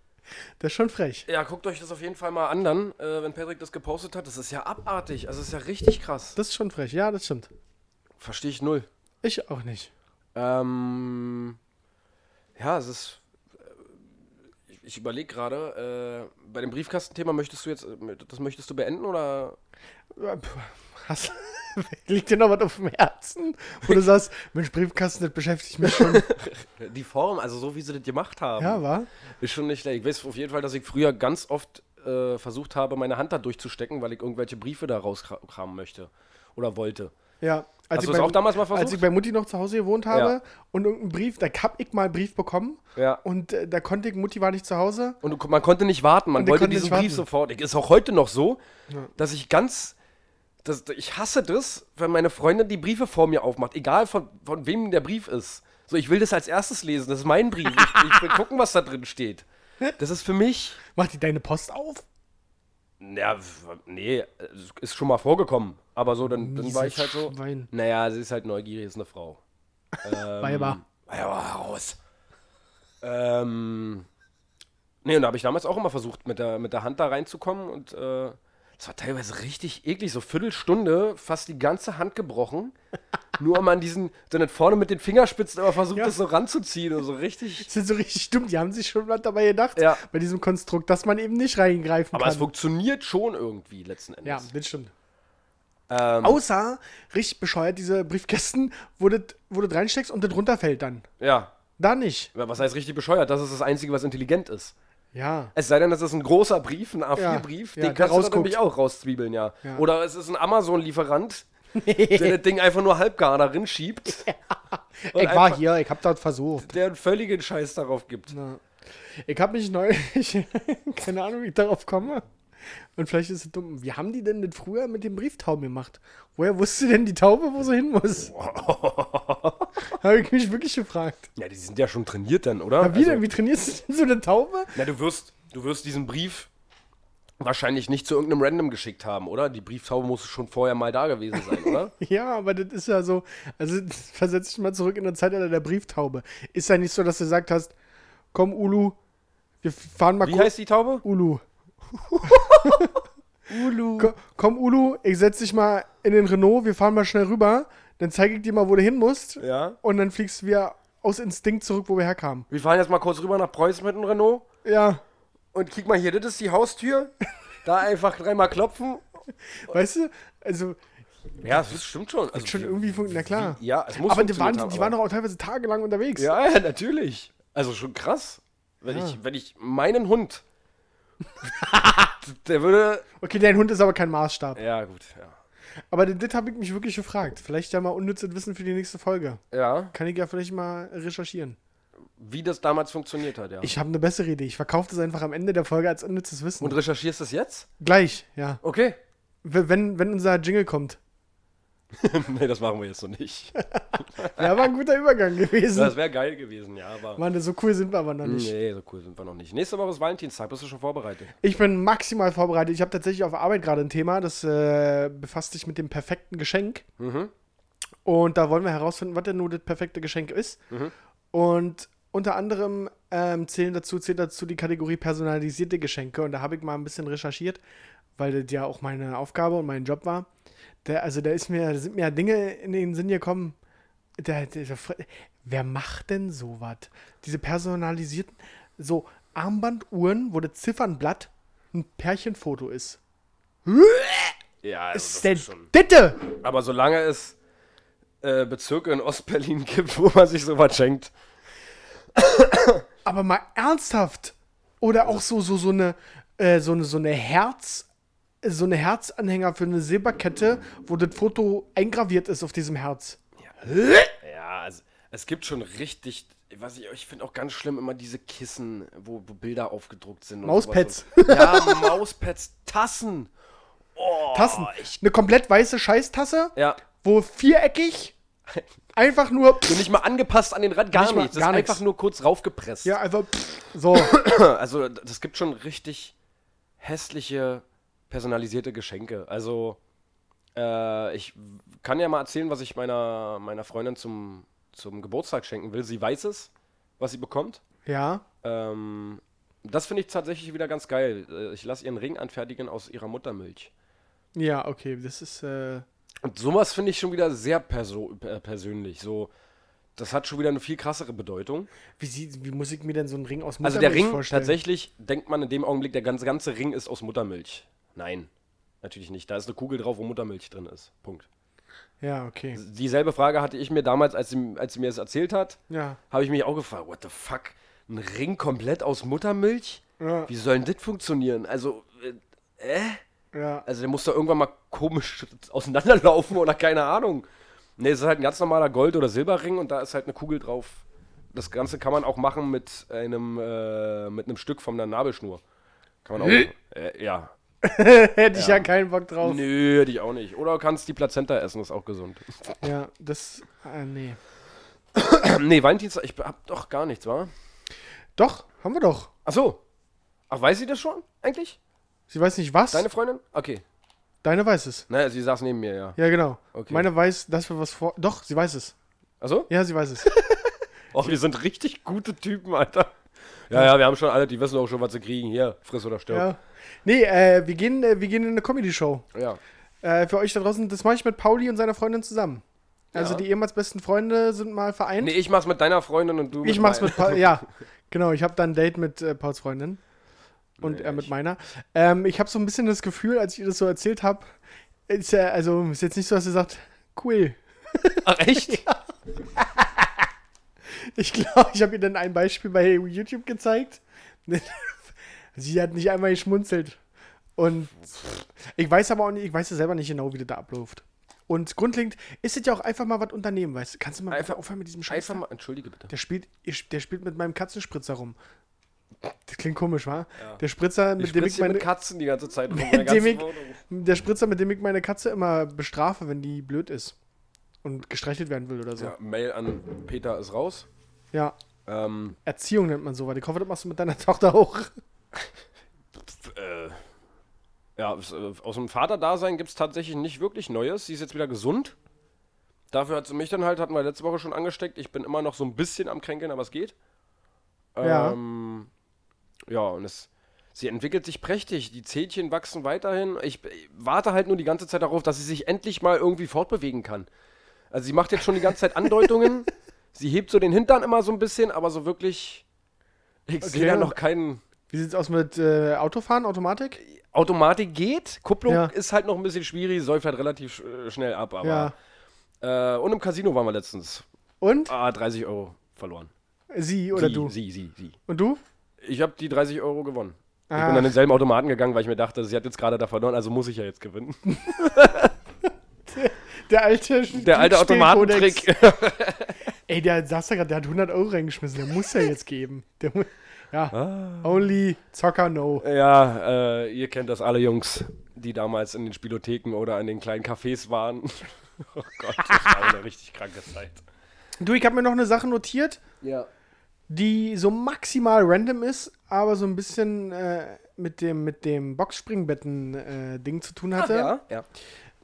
S3: Das ist schon frech.
S2: Ja, guckt euch das auf jeden Fall mal an dann, äh, wenn Patrick das gepostet hat. Das ist ja abartig. Also, das ist ja richtig krass.
S3: Das ist schon frech. Ja, das stimmt.
S2: Verstehe ich null.
S3: Ich auch nicht.
S2: Ähm, ja, es ist. äh, Ich, ich überlege gerade, äh, bei dem Briefkastenthema möchtest du jetzt, äh, das möchtest du beenden oder?
S3: Äh, puh, Hast, *laughs* liegt dir noch was auf dem Herzen? Wo du sagst, Mensch, Briefkasten, das beschäftigt mich schon.
S2: Die Form, also so wie sie das gemacht haben,
S3: ja, war?
S2: ist schon nicht schlecht. Ich weiß auf jeden Fall, dass ich früher ganz oft äh, versucht habe, meine Hand da durchzustecken, weil ich irgendwelche Briefe da rauskramen möchte oder wollte.
S3: Ja.
S2: Hast du es auch damals mal
S3: Als
S2: versucht?
S3: ich bei Mutti noch zu Hause gewohnt habe
S2: Ja.
S3: und irgendeinen Brief, da hab ich mal einen Brief bekommen
S2: Ja.
S3: und äh, da konnte ich, Mutti war nicht zu Hause.
S2: Und du- man konnte nicht warten, man
S3: Und die
S2: wollte
S3: konnten
S2: diesen
S3: nicht warten.
S2: Brief sofort. Ich- Ist auch heute noch so, dass ich ganz. Das, ich hasse das, wenn meine Freundin die Briefe vor mir aufmacht, egal von, von wem der Brief ist. So, ich will das als erstes lesen, das ist mein Brief. Ich, ich will gucken, was da drin steht. Das ist für mich.
S3: Macht die deine Post auf?
S2: Ja, w- nee, es ist schon mal vorgekommen. Aber so, dann, dann war
S3: Mieses
S2: ich halt so.
S3: Schwein.
S2: Naja, sie ist halt neugierig, ist eine Frau. Ähm.
S3: Weiber.
S2: Ja, aber raus. Ähm. Nee, und da habe ich damals auch immer versucht, mit der, mit der Hand da reinzukommen und äh, das war teilweise richtig eklig. So Viertelstunde fast die ganze
S3: *laughs*
S2: Hand gebrochen. nur um an diesen, dann vorne mit den Fingerspitzen immer versucht,
S3: Ja.
S2: das so ranzuziehen und so richtig.
S3: Das ist so richtig stimmt, die haben sich schon was dabei gedacht,
S2: Ja.
S3: bei diesem Konstrukt, dass man eben nicht reingreifen
S2: Aber
S3: kann.
S2: es funktioniert schon irgendwie letzten
S3: ja,
S2: Endes.
S3: das stimmt.
S2: Ja, ähm,
S3: Außer, richtig bescheuert, diese Briefkästen, wo du wo das reinsteckst und das runterfällt dann.
S2: ja.
S3: Da nicht.
S2: Ja, was heißt richtig bescheuert? Das ist das Einzige, was intelligent ist.
S3: Ja.
S2: Es sei denn, das ist ein großer Brief, ein A4-Brief,
S3: Ja, ja, der
S2: den kannst du dann
S3: rausguckt.
S2: nämlich auch rauszwiebeln, ja.
S3: Ja.
S2: Oder es ist ein
S3: *laughs*
S2: Amazon-Lieferant, der das Ding einfach nur halbgar da rin schiebt,
S3: Ich
S2: Und
S3: war
S2: einfach-
S3: hier, ich hab dort versucht.
S2: der einen völligen Scheiß darauf gibt.
S3: *laughs* Ich habe mich neulich, keine Ahnung, wie ich darauf komme. Und vielleicht ist es dumm. Wie haben die denn das früher mit dem Brieftauben gemacht? Woher wusste denn die Taube, wo sie hin muss? *laughs* habe ich mich wirklich gefragt.
S2: Ja, die sind ja schon trainiert dann, oder? Also,
S3: Aber wie denn? Wie trainierst du denn so eine Taube?
S2: na, du wirst, du wirst diesen Brief wahrscheinlich nicht zu irgendeinem Random geschickt haben, oder? Die Brieftaube muss schon vorher mal da gewesen
S3: *laughs*
S2: sein, oder?
S3: Ja, aber das ist ja so. Also *laughs* das versetz dich mal zurück in das Zeitalter der Brieftaube. Ist ja nicht so, dass du gesagt hast, komm Ulu, wir fahren mal
S2: Wie
S3: kurz-
S2: heißt die Taube?
S3: Ulu.
S2: Ulu.
S3: Ko- Komm, Ulu, ich setz dich mal in den Renault, wir fahren mal schnell rüber, dann zeige ich dir mal, wo du hin musst.
S2: Ja.
S3: Und dann fliegst wir aus Instinkt zurück, wo wir herkamen.
S2: Wir fahren jetzt mal kurz rüber nach Preußen mit dem Renault.
S3: Ja.
S2: Und guck mal hier, das ist
S3: *laughs*
S2: die Haustür. Da einfach dreimal klopfen.
S3: Weißt du? Also
S2: Ja, das stimmt schon. Also,
S3: schon irgendwie fun- Na klar.
S2: Ja, es muss
S3: aber die waren,
S2: funktioniert haben,
S3: die waren doch auch teilweise tagelang unterwegs.
S2: Ja, ja, natürlich. Also schon krass. Wenn, ich, wenn ich meinen Hund. *laughs* der würde.
S3: Okay, dein Hund ist aber kein Maßstab.
S2: Ja, gut, ja.
S3: Aber das, das habe ich mich wirklich gefragt. Vielleicht ja mal unnützes Wissen für die nächste Folge.
S2: Ja,
S3: Kann ich ja vielleicht mal recherchieren.
S2: wie das damals funktioniert hat, ja.
S3: Ich habe eine bessere Idee. Ich verkaufe das einfach am Ende der Folge als unnützes Wissen.
S2: Und recherchierst das jetzt?
S3: Gleich, ja.
S2: Okay. *laughs*
S3: W- Wenn, wenn unser Jingle kommt.
S2: nee, das machen wir jetzt noch nicht.
S3: Ja, war ein guter Übergang gewesen.
S2: Das wäre geil gewesen, ja, aber.
S3: Mann, so cool sind wir aber noch nicht.
S2: Nee, so cool sind wir noch nicht. Nächste Woche ist Valentinstag. Bist du schon vorbereitet?
S3: Ich bin maximal vorbereitet. Ich habe tatsächlich auf Arbeit gerade ein Thema, das äh, befasst sich mit dem perfekten Geschenk.
S2: Mhm.
S3: Und da wollen wir herausfinden, was denn nun das perfekte Geschenk ist.
S2: Mhm.
S3: Und unter anderem ähm, zählen dazu, zählt dazu die Kategorie personalisierte Geschenke. Und da habe ich mal ein bisschen recherchiert, weil das ja auch meine Aufgabe und mein Job war. Da, also da ist mir, da sind mir ja Dinge in den Sinn gekommen. Da, da, da, wer macht denn sowas? Diese personalisierten, so Armbanduhren, wo das Ziffernblatt ein Pärchenfoto ist.
S2: Ja, also
S3: Ist denn Ditte?
S2: Aber solange es äh, Bezirke in Ostberlin *laughs* gibt, wo man sich sowas schenkt.
S3: Aber mal ernsthaft. Oder auch so, so, so eine, äh, so eine, so eine Herz, so eine Herzanhänger für eine Silberkette, wo das Foto eingraviert ist auf diesem Herz.
S2: Ja, also, es gibt schon richtig, was ich, ich finde auch ganz schlimm immer diese Kissen, wo, wo Bilder aufgedruckt sind. und
S3: Mauspads.
S2: sowas. Und- Ja, Mauspads, Tassen.
S3: Tassen. Eine komplett weiße Scheißtasse,
S2: Ja.
S3: wo viereckig einfach nur.
S2: Und nicht mal angepasst an den Rand, gar
S3: Nicht mal-
S2: nichts. Das
S3: gar
S2: ist
S3: nichts.
S2: einfach nur kurz raufgepresst.
S3: Ja, einfach so.
S2: *clears throat* Also, das gibt schon richtig hässliche, personalisierte Geschenke. Also, äh, ich kann ja mal erzählen, was ich meiner, meiner Freundin zum, zum Geburtstag schenken will. Sie weiß es, was sie bekommt.
S3: Ja.
S2: Ähm, das finde ich tatsächlich wieder ganz geil. Äh, Ich lasse ihren Ring anfertigen aus ihrer Muttermilch.
S3: Ja, okay, das ist. Äh,
S2: Und sowas finde ich schon wieder sehr perso äh, persönlich. So, das hat schon wieder eine viel krassere Bedeutung.
S3: wie, sieht, wie muss ich mir denn so einen Ring aus
S2: Also der
S3: Muttermilch
S2: Ring,
S3: vorstellen?
S2: tatsächlich denkt man in dem Augenblick, der ganze, ganze Ring ist aus Muttermilch. Nein, natürlich nicht. Da ist eine Kugel drauf, wo Muttermilch drin ist. Punkt.
S3: Ja, okay.
S2: Dieselbe Frage hatte ich mir damals, als sie, als sie mir es erzählt hat,
S3: Ja.
S2: habe ich mich auch gefragt, what the fuck? Ein Ring komplett aus Muttermilch?
S3: Ja.
S2: Wie soll denn das funktionieren? Also, äh,
S3: ja.
S2: also der muss da irgendwann mal komisch auseinanderlaufen oder keine Ahnung. Nee, es ist halt ein ganz normaler Gold- oder Silberring und da ist halt eine Kugel drauf. Das Ganze kann man auch machen mit einem, äh, mit einem Stück von der Nabelschnur. Kann man auch. Äh, ja.
S3: *laughs* Hätte ich ja. keinen Bock drauf.
S2: Nö, hätte ich auch nicht. Oder kannst die Plazenta essen, ist auch gesund. *clears throat*
S3: Ja, das. Äh, nee.
S2: nee, Valentinstag, ich hab doch gar nichts, wa?
S3: Doch, haben wir doch.
S2: Ach so. Ach, weiß sie das schon eigentlich?
S3: Sie weiß nicht was.
S2: Deine
S3: Deine,
S2: Freundin? Okay.
S3: weiß es.
S2: Naja, sie saß neben mir, ja.
S3: Ja, genau.
S2: Okay.
S3: Meine weiß, dass wir was vor. Doch, sie weiß es.
S2: Ach so?
S3: Ja, sie weiß
S2: *laughs*
S3: es.
S2: Och, Oh, wir sind richtig gute Typen, Alter. Ja, ja, wir haben schon alle, die wissen auch schon, was sie kriegen. Hier, friss oder stirb.
S3: ja. Nee, äh, wir gehen, äh, wir gehen in eine Comedy-Show.
S2: Ja.
S3: Äh, für euch da draußen, das mache ich mit Pauli und seiner Freundin zusammen. Also
S2: Ja.
S3: die ehemals besten Freunde sind mal vereint.
S2: Nee, ich mach's mit deiner Freundin und du
S3: ich mach's
S2: meiner.
S3: mit Pauli.
S2: *laughs*
S3: ja, genau. Ich habe da ein Date mit äh, Pauls Freundin. Und
S2: Nee,
S3: er mit
S2: ich-
S3: meiner. Ähm, ich habe so ein bisschen das Gefühl, als ich ihr das so erzählt habe, ist ja, also ist jetzt nicht so, dass sie sagt, cool. *laughs*
S2: Ach, echt?
S3: Ich glaube, ich habe ihr dann ein Beispiel bei YouTube gezeigt. *laughs* Sie hat nicht einmal geschmunzelt. Und ich weiß aber auch nicht, ich weiß ja selber nicht genau, wie das da abläuft. Und grundlegend ist es ja auch einfach mal was unternehmen, weißt du? Kannst du mal einfach
S2: Einfach-
S3: aufhören mit diesem Scheiß?
S2: Einfach mal, entschuldige bitte.
S3: Der spielt, ich- der spielt mit meinem Katzenspritzer rum. Das klingt komisch, wa? Der Spritzer, mit
S2: Ich
S3: dem
S2: spritze
S3: ich
S2: hier
S3: meine,
S2: mit Katzen die ganze Zeit rum.
S3: *laughs*
S2: meine
S3: mit dem
S2: ganze
S3: ich,
S2: Wohnung.
S3: der Spritzer, mit dem ich meine Katze immer bestrafe, wenn die blöd ist und gestreichelt werden will oder so.
S2: Ja, Mail an Peter ist raus.
S3: ja.
S2: Ähm,
S3: Erziehung nennt man sowas. Ich hoffe, das machst du mit deiner *laughs* Tochter auch.
S2: pf, äh, ja, aus äh, aus dem Vaterdasein gibt's tatsächlich nicht wirklich Neues. Sie ist jetzt wieder gesund. Dafür hat sie mich dann halt, hatten wir letzte Woche schon angesteckt. Ich bin immer noch so ein bisschen am Kränkeln, aber es geht.
S3: Ja.
S2: Ähm, ja, und es, sie entwickelt sich prächtig. Die Zähnchen wachsen weiterhin. Ich, äh, warte halt nur die ganze Zeit darauf, dass sie sich endlich mal irgendwie fortbewegen kann. Also sie macht jetzt schon die ganze Zeit Andeutungen. sie hebt so den Hintern immer so ein bisschen, aber so wirklich. Ich sehe da
S3: und-
S2: noch keinen.
S3: Wie sieht's aus mit äh, Autofahren, Automatik?
S2: Automatik geht, Kupplung
S3: Ja.
S2: ist halt noch ein bisschen schwierig, säuft halt relativ sch- äh, schnell ab, aber.
S3: Ja.
S2: Äh, und im Casino waren wir letztens.
S3: Und?
S2: Ah, 30 Euro verloren.
S3: Sie oder
S2: sie,
S3: du?
S2: Sie, sie, sie.
S3: Und du?
S2: Ich habe die 30 Euro gewonnen. Ich
S3: Ah.
S2: bin an denselben Automaten gegangen, weil ich mir dachte, sie hat jetzt gerade da verloren, also muss ich ja
S3: *laughs*
S2: jetzt gewinnen.
S3: Der alte
S2: Der alte
S3: Glücksspielkodex.
S2: Automatentrick. *laughs*
S3: Ey, der saß da gerade, der hat 100 Euro reingeschmissen. Der
S2: *laughs*
S3: muss ja jetzt geben. Der mu- ja.
S2: Ah.
S3: Only Zocker No.
S2: ja, äh, ihr kennt das alle Jungs, die damals in den Spielotheken oder in den kleinen Cafés waren. *laughs* oh Gott, das war eine richtig kranke Zeit.
S3: Du, ich habe mir noch eine Sache notiert,
S2: Ja.
S3: die so maximal random ist, aber so ein bisschen äh, mit dem, mit dem Boxspringbetten-Ding zu tun hatte.
S2: Ja, ja.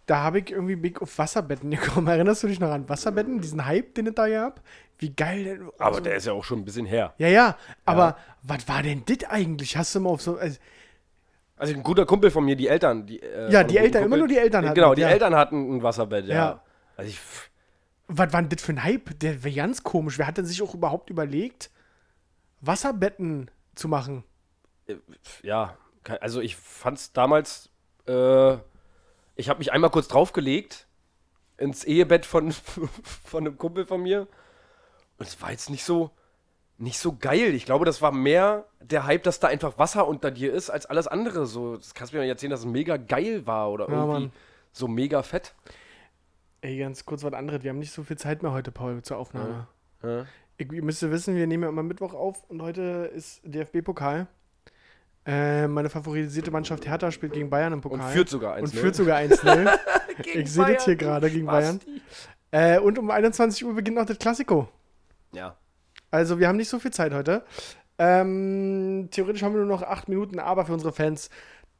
S3: Da habe ich irgendwie Big auf Wasserbetten *laughs* gekommen. Erinnerst du dich noch an Wasserbetten? Diesen Hype, den es da gab? Wie geil denn. also,
S2: Aber der ist ja auch schon ein bisschen her.
S3: Ja, ja, aber was war denn dit eigentlich? Hast du mal auf so. Also,
S2: Also ein guter Kumpel von mir, die Eltern. Die,
S3: Ja,
S2: äh, von
S3: die
S2: einem guten
S3: Eltern, immer nur die Eltern
S2: Äh,
S3: hatten
S2: Genau,
S3: das,
S2: die
S3: ja.
S2: Eltern hatten ein Wasserbett, ja.
S3: Ja.
S2: Also ich, pff,
S3: was war denn das für ein Hype? Der war ganz komisch. Wer hat denn sich auch überhaupt überlegt, Wasserbetten zu machen?
S2: pff, ja, kein- also ich fand's damals, äh, ich habe mich einmal kurz draufgelegt ins Ehebett von, *laughs* von einem Kumpel von mir. Und es war jetzt nicht so, nicht so geil. Ich glaube, das war mehr der Hype, dass da einfach Wasser unter dir ist, als alles andere. So, das kannst du mir nicht erzählen, dass es mega geil war oder
S3: Ja,
S2: irgendwie
S3: Mann.
S2: so mega fett.
S3: Ey, ganz kurz was anderes. Wir haben nicht so viel Zeit mehr heute, Paul, zur Aufnahme.
S2: Ja.
S3: Ich, ihr müsst ja wissen, wir nehmen ja immer Mittwoch auf und heute ist DFB-Pokal. Äh, meine favorisierte Mannschaft Hertha spielt gegen Bayern im Pokal.
S2: führt sogar 1-0.
S3: Und führt sogar 1-0.
S2: *laughs* Gegen
S3: ich sehe das hier
S2: Bayern.
S3: gerade gegen Bayern.
S2: Basti.
S3: Äh, und um 21 Uhr beginnt noch das Klassiko.
S2: Ja.
S3: Also wir haben nicht so viel Zeit heute. Ähm, theoretisch haben wir nur noch 8 Minuten, aber für unsere Fans.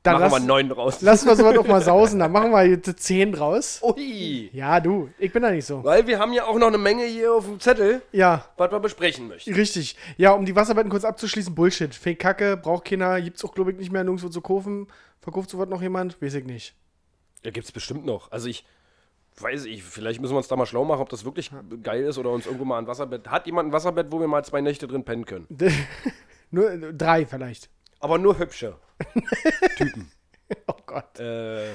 S3: Dann
S2: Machen wir
S3: lass,
S2: neun raus.
S3: lassen wir sowas doch
S2: *laughs*
S3: mal sausen. Dann machen wir jetzt 10 raus.
S2: Ui.
S3: Ja, du, ich bin da nicht so.
S2: Weil wir haben ja auch noch eine Menge hier auf dem Zettel,
S3: Ja,
S2: was wir besprechen möchten.
S3: richtig. Ja, um die Wasserbetten kurz abzuschließen, Bullshit. Fake Kacke, braucht keiner, gibt's auch, glaube ich, nicht mehr nirgendwo zu kaufen. Verkauft sowas noch jemand? Weiß ich nicht.
S2: Ja, gibt's bestimmt noch. Also ich weiß ich, vielleicht müssen wir uns da mal schlau machen, ob das wirklich geil ist oder uns irgendwo mal ein Wasserbett. Hat jemand ein Wasserbett, wo wir mal zwei Nächte drin pennen können?
S3: Nur äh, drei vielleicht. *laughs*
S2: Aber nur hübsche.
S3: Oh Gott.
S2: Äh,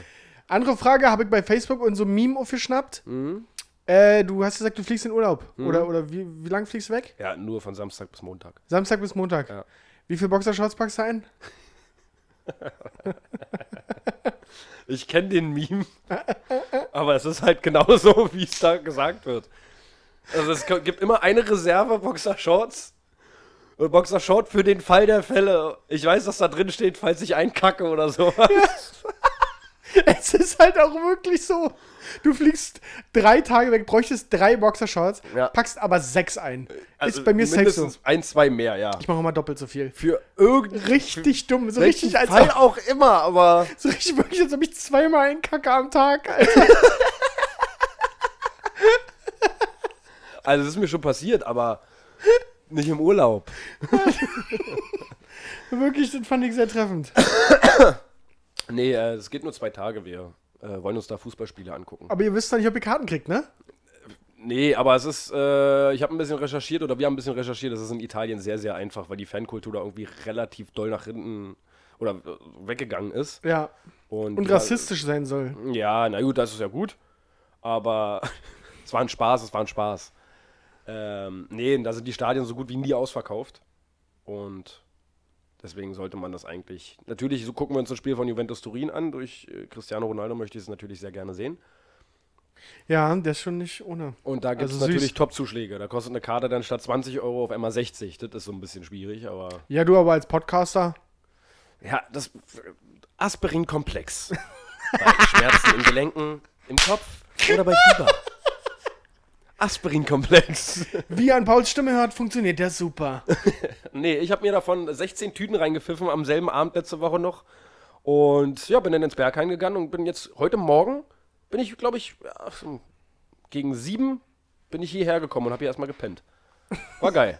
S3: Andere Frage habe ich bei Facebook und so ein Meme aufgeschnappt.
S2: Mhm.
S3: Äh, du hast gesagt, du fliegst in Urlaub. Oder, oder wie, wie lang fliegst du weg?
S2: ja, nur von Samstag bis Montag.
S3: Samstag bis Montag.
S2: Ja.
S3: Wie viel Boxershorts packst du ein? *laughs*
S2: Ich kenne den Meme, *laughs* aber es ist halt genauso, *laughs* wie es da gesagt wird. Also es gibt immer eine Reserve Boxershorts. Und Boxershort für den Fall der Fälle. Ich weiß, dass da drin steht, falls ich einkacke oder sowas.
S3: Es ist halt auch wirklich so. Du fliegst drei Tage weg, bräuchtest drei Boxershorts,
S2: Ja.
S3: packst aber sechs ein.
S2: Also
S3: ist bei mir safe so.
S2: mindestens ein, zwei mehr, ja.
S3: Ich mache immer doppelt so viel.
S2: Für irgendeinen
S3: Richtig dumm. So
S2: Welchen
S3: *laughs* richtig, als
S2: Fall
S3: ob,
S2: auch immer, aber
S3: so richtig wirklich, als ob ich zweimal einen Kacke am Tag. *laughs* Alter.
S2: also es ist mir schon passiert, aber nicht im Urlaub.
S3: wirklich, das fand ich sehr treffend.
S2: Nee, äh, es geht nur zwei Tage. Wir äh, wollen uns da Fußballspiele angucken.
S3: Aber ihr wisst doch nicht, ob ihr Karten kriegt, ne?
S2: Nee, aber es ist, äh, ich habe ein bisschen recherchiert oder wir haben ein bisschen recherchiert. Das ist in Italien sehr, sehr einfach, weil die Fankultur da irgendwie relativ doll nach hinten oder äh, weggegangen ist.
S3: Ja.
S2: Und,
S3: Und
S2: ja,
S3: rassistisch sein soll.
S2: Ja, na gut, das ist ja gut. Aber *laughs* es war ein Spaß, es war ein Spaß. Ähm, nee, da sind die Stadien so gut wie nie ausverkauft. Und deswegen sollte man das eigentlich. Natürlich, so gucken wir uns das Spiel von Juventus Turin an. Durch äh, Cristiano Ronaldo möchte ich es natürlich sehr gerne sehen.
S3: Ja, der ist schon nicht ohne.
S2: Und da gibt es
S3: Also süß.
S2: natürlich Top-Zuschläge. Da kostet eine Karte dann statt 20 Euro auf einmal 60. Das ist so ein bisschen schwierig, aber.
S3: Ja, du aber als Podcaster.
S2: Ja, das. äh, Aspirin-Komplex. bei *laughs* Schmerzen in Gelenken, im Kopf oder bei Fieber. *laughs* Aspirin-Komplex. *laughs*
S3: Wie ihr an Pauls Stimme hört, funktioniert der *laughs* super.
S2: Nee, ich habe mir davon 16 Tüten reingepfiffen am selben Abend letzte Woche noch. Und ja, bin dann ins Berghain gegangen und bin jetzt heute Morgen, bin ich, glaube ich, ja, so gegen sieben bin ich hierher gekommen und habe hier erstmal gepennt. War *laughs* geil.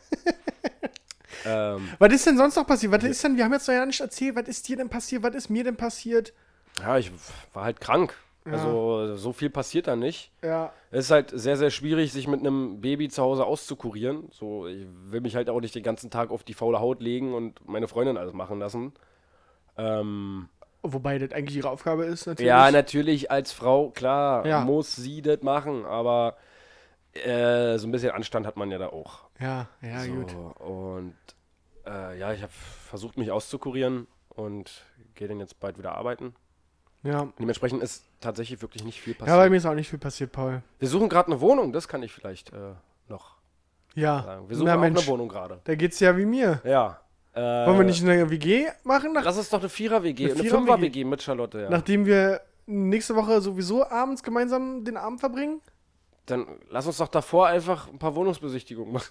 S2: ähm,
S3: Was ist denn sonst noch passiert? Was ist denn, wir haben jetzt noch ja nicht erzählt, was ist dir denn passiert, was ist mir denn passiert?
S2: Ja, ich war halt krank. Also so viel passiert da nicht.
S3: Ja.
S2: Es ist halt sehr, sehr schwierig, sich mit einem Baby zu Hause auszukurieren. So, ich will mich halt auch nicht den ganzen Tag auf die faule Haut legen und meine Freundin alles machen lassen. Ähm,
S3: Wobei das eigentlich ihre Aufgabe ist, natürlich.
S2: ja, ne- natürlich als Frau, klar,
S3: Ja.
S2: muss sie das machen, aber äh, so ein bisschen Anstand hat man ja da auch.
S3: Ja, ja,
S2: so,
S3: gut.
S2: Und äh, ja, ich habe versucht, mich auszukurieren und gehe dann jetzt bald wieder arbeiten.
S3: Ja.
S2: Dementsprechend ist tatsächlich wirklich nicht viel
S3: Ja,
S2: passiert.
S3: bei mir ist auch nicht viel passiert, Paul.
S2: Wir suchen gerade eine Wohnung, das kann ich vielleicht äh, noch
S3: Ja.
S2: sagen. Wir suchen auch eine Wohnung gerade.
S3: Da geht's ja wie mir.
S2: Ja. Äh,
S3: Wollen wir nicht eine WG machen, nach,
S2: Das ist doch eine Vierer-WG,
S3: Eine
S2: eine
S3: Vierer-WG?
S2: Fünfer-WG mit Charlotte, ja.
S3: nachdem wir nächste Woche sowieso abends gemeinsam den Abend verbringen?
S2: Dann lass uns doch davor einfach ein paar Wohnungsbesichtigungen
S3: *laughs*
S2: machen.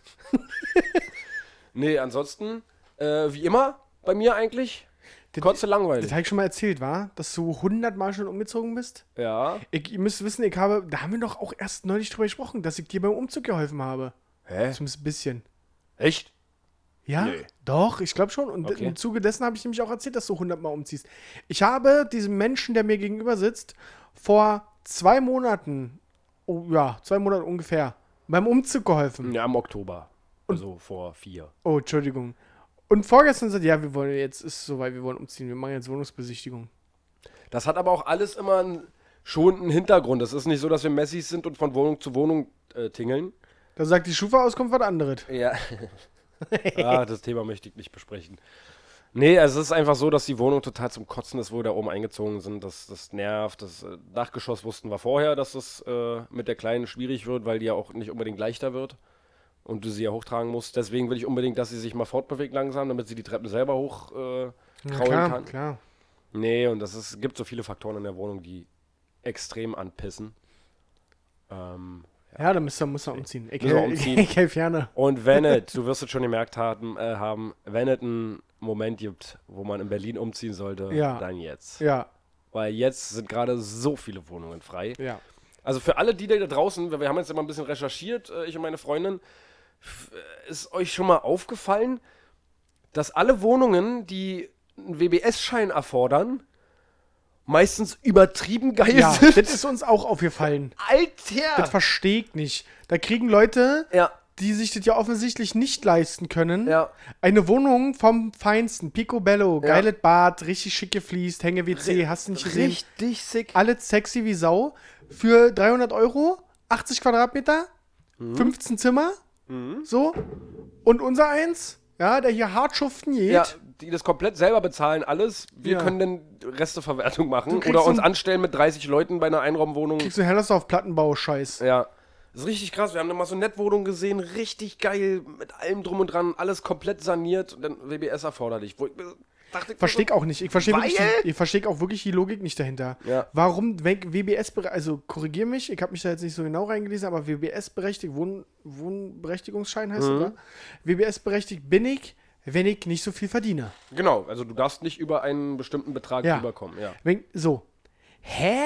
S2: nee, ansonsten, äh, wie immer, bei mir eigentlich,
S3: Das-
S2: kotze
S3: Das
S2: langweilig.
S3: habe ich schon mal erzählt, war, dass du hundertmal schon umgezogen bist.
S2: Ja.
S3: Ich, ihr müsst wissen, ich habe, da haben wir doch auch erst neulich drüber gesprochen, dass ich dir beim Umzug geholfen habe.
S2: Hä?
S3: Zumindest ein bisschen.
S2: Echt?
S3: Ja,
S2: Nee.
S3: doch, ich glaube schon. Und
S2: Okay.
S3: im Zuge dessen habe ich nämlich auch erzählt, dass du 100 Mal umziehst. Ich habe diesem Menschen, der mir gegenüber sitzt, vor zwei Monaten, oh, ja, zwei Monate ungefähr, beim Umzug geholfen.
S2: Ja, im Oktober. Also vor vier.
S3: Oh, Entschuldigung. Und vorgestern sagt, ja, wir wollen jetzt, ist soweit, wir wollen umziehen, wir machen jetzt Wohnungsbesichtigung.
S2: Das hat aber auch alles immer einen, schon einen Hintergrund. Es ist nicht so, dass wir Messis sind und von Wohnung zu Wohnung äh, tingeln.
S3: Da sagt die Schufa-Auskunft was anderes.
S2: Ja. *laughs* ah, das Thema möchte ich nicht besprechen. Nee, also es ist einfach so, dass die Wohnung total zum Kotzen ist, wo wir da oben eingezogen sind. Das, das nervt. Das äh, Dachgeschoss wussten wir vorher, dass es äh, mit der Kleinen schwierig wird, weil die ja auch nicht unbedingt leichter wird. und du sie ja hochtragen musst. Deswegen will ich unbedingt, dass sie sich mal fortbewegt langsam, damit sie die Treppen selber hoch äh, kraulen kann.
S3: klar.
S2: Nee, und das ist, gibt so viele Faktoren in der Wohnung, die extrem anpissen. Ähm,
S3: Ja, dann müssen wir, müssen wir umziehen. Ich,
S2: Müssen wir
S3: ich, *laughs*
S2: umziehen.
S3: ich helfe gerne.
S2: und wenn es, du wirst es schon gemerkt haben, äh, haben wenn es einen Moment gibt, wo man in Berlin umziehen sollte,
S3: Ja.
S2: dann jetzt.
S3: Ja,
S2: Weil jetzt sind gerade so viele Wohnungen frei. *laughs*
S3: ja.
S2: Also für alle, die da draußen, wir wir haben jetzt immer ein bisschen recherchiert, äh, ich und meine Freundin, f- äh, ist euch schon mal aufgefallen, dass alle Wohnungen, die einen WBS-Schein erfordern, meistens übertrieben geil
S3: Ja,
S2: sind.
S3: das ist uns auch aufgefallen. Das
S2: Alter!
S3: verstehe ich nicht. Da kriegen Leute,
S2: Ja,
S3: die sich das ja offensichtlich nicht leisten können,
S2: ja.
S3: eine Wohnung vom Feinsten, Picobello,
S2: Ja.
S3: geiles Bad, richtig schick gefliest, Hänge-WC, hast du nicht gesehen?
S2: Richtig sick.
S3: Alles sexy wie Sau. Für 300 Euro, 80 Quadratmeter,
S2: Mhm.
S3: 15 Zimmer, so. Und unser eins, ja, der hier hart schuften geht.
S2: Ja, die das komplett selber bezahlen, alles. Wir
S3: Ja.
S2: können dann Resteverwertung machen
S3: kriegst
S2: oder uns
S3: so ein-
S2: anstellen mit 30 Leuten bei einer Einraumwohnung.
S3: Kriegst du Hellersdorf-Plattenbau-Scheiß.
S2: Ja. Das ist richtig krass. Wir haben da mal so Nettwohnungen gesehen, richtig geil, mit allem drum und dran, alles komplett saniert und dann WBS erforderlich. Wo ich mir dachte,
S3: Verstehe ich auch nicht. Ich verstehe
S2: Weil-
S3: wirklich, die- ich versteh auch wirklich die Logik nicht dahinter.
S2: Ja.
S3: Warum wenn WBS, bere- also korrigier mich, ich habe mich da jetzt nicht so genau reingelesen, aber WBS-berechtigt, Wohn, Wohnberechtigungsschein
S2: Mhm.
S3: heißt oder? WBS-berechtigt bin ich, wenn ich nicht so viel verdiene.
S2: Genau, also du darfst nicht über einen bestimmten Betrag
S3: Ja.
S2: rüberkommen. Ja.
S3: Wenn, so. Hä?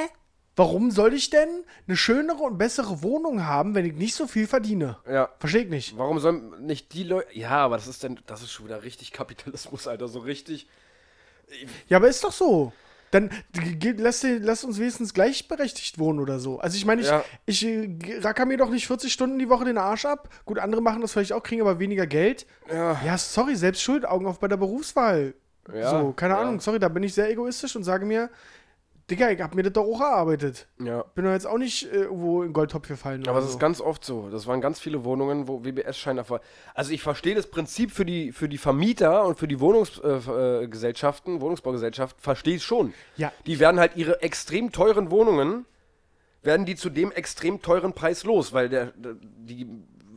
S3: Warum soll ich denn eine schönere und bessere Wohnung haben, wenn ich nicht so viel verdiene?
S2: Ja.
S3: Verstehe ich nicht.
S2: Warum sollen nicht die Leute. Ja, aber das ist denn, das ist schon wieder richtig Kapitalismus, Alter. So richtig.
S3: Ja, aber ist doch so. Dann g- g- lass, dir- lass uns wenigstens gleichberechtigt wohnen oder so. Also ich meine, ich,
S2: Ja.
S3: ich äh, g- racker mir doch nicht 40 Stunden die Woche den Arsch ab. Gut, andere machen das vielleicht auch, kriegen aber weniger Geld.
S2: Ja.
S3: Ja, sorry, selbst schuld, Augen auf bei der Berufswahl.
S2: Ja,
S3: so, keine
S2: ja.
S3: Ahnung, sorry, da bin ich sehr egoistisch und sage mir, Digga, ich hab mir das doch auch erarbeitet.
S2: Ja.
S3: Bin doch jetzt auch nicht äh, irgendwo in Goldtopf gefallen.
S2: Aber
S3: oder
S2: es
S3: so.
S2: ist ganz oft so. Das waren ganz viele Wohnungen, wo WBS-Schein erfolgt. Also ich verstehe das Prinzip für die, für die Vermieter und für die Wohnungsgesellschaften, äh, Gesellschaften, Wohnungsbaugesellschaften, verstehe ich schon.
S3: Ja.
S2: Die werden halt ihre extrem teuren Wohnungen, werden die zu dem extrem teuren Preis los, weil der, der die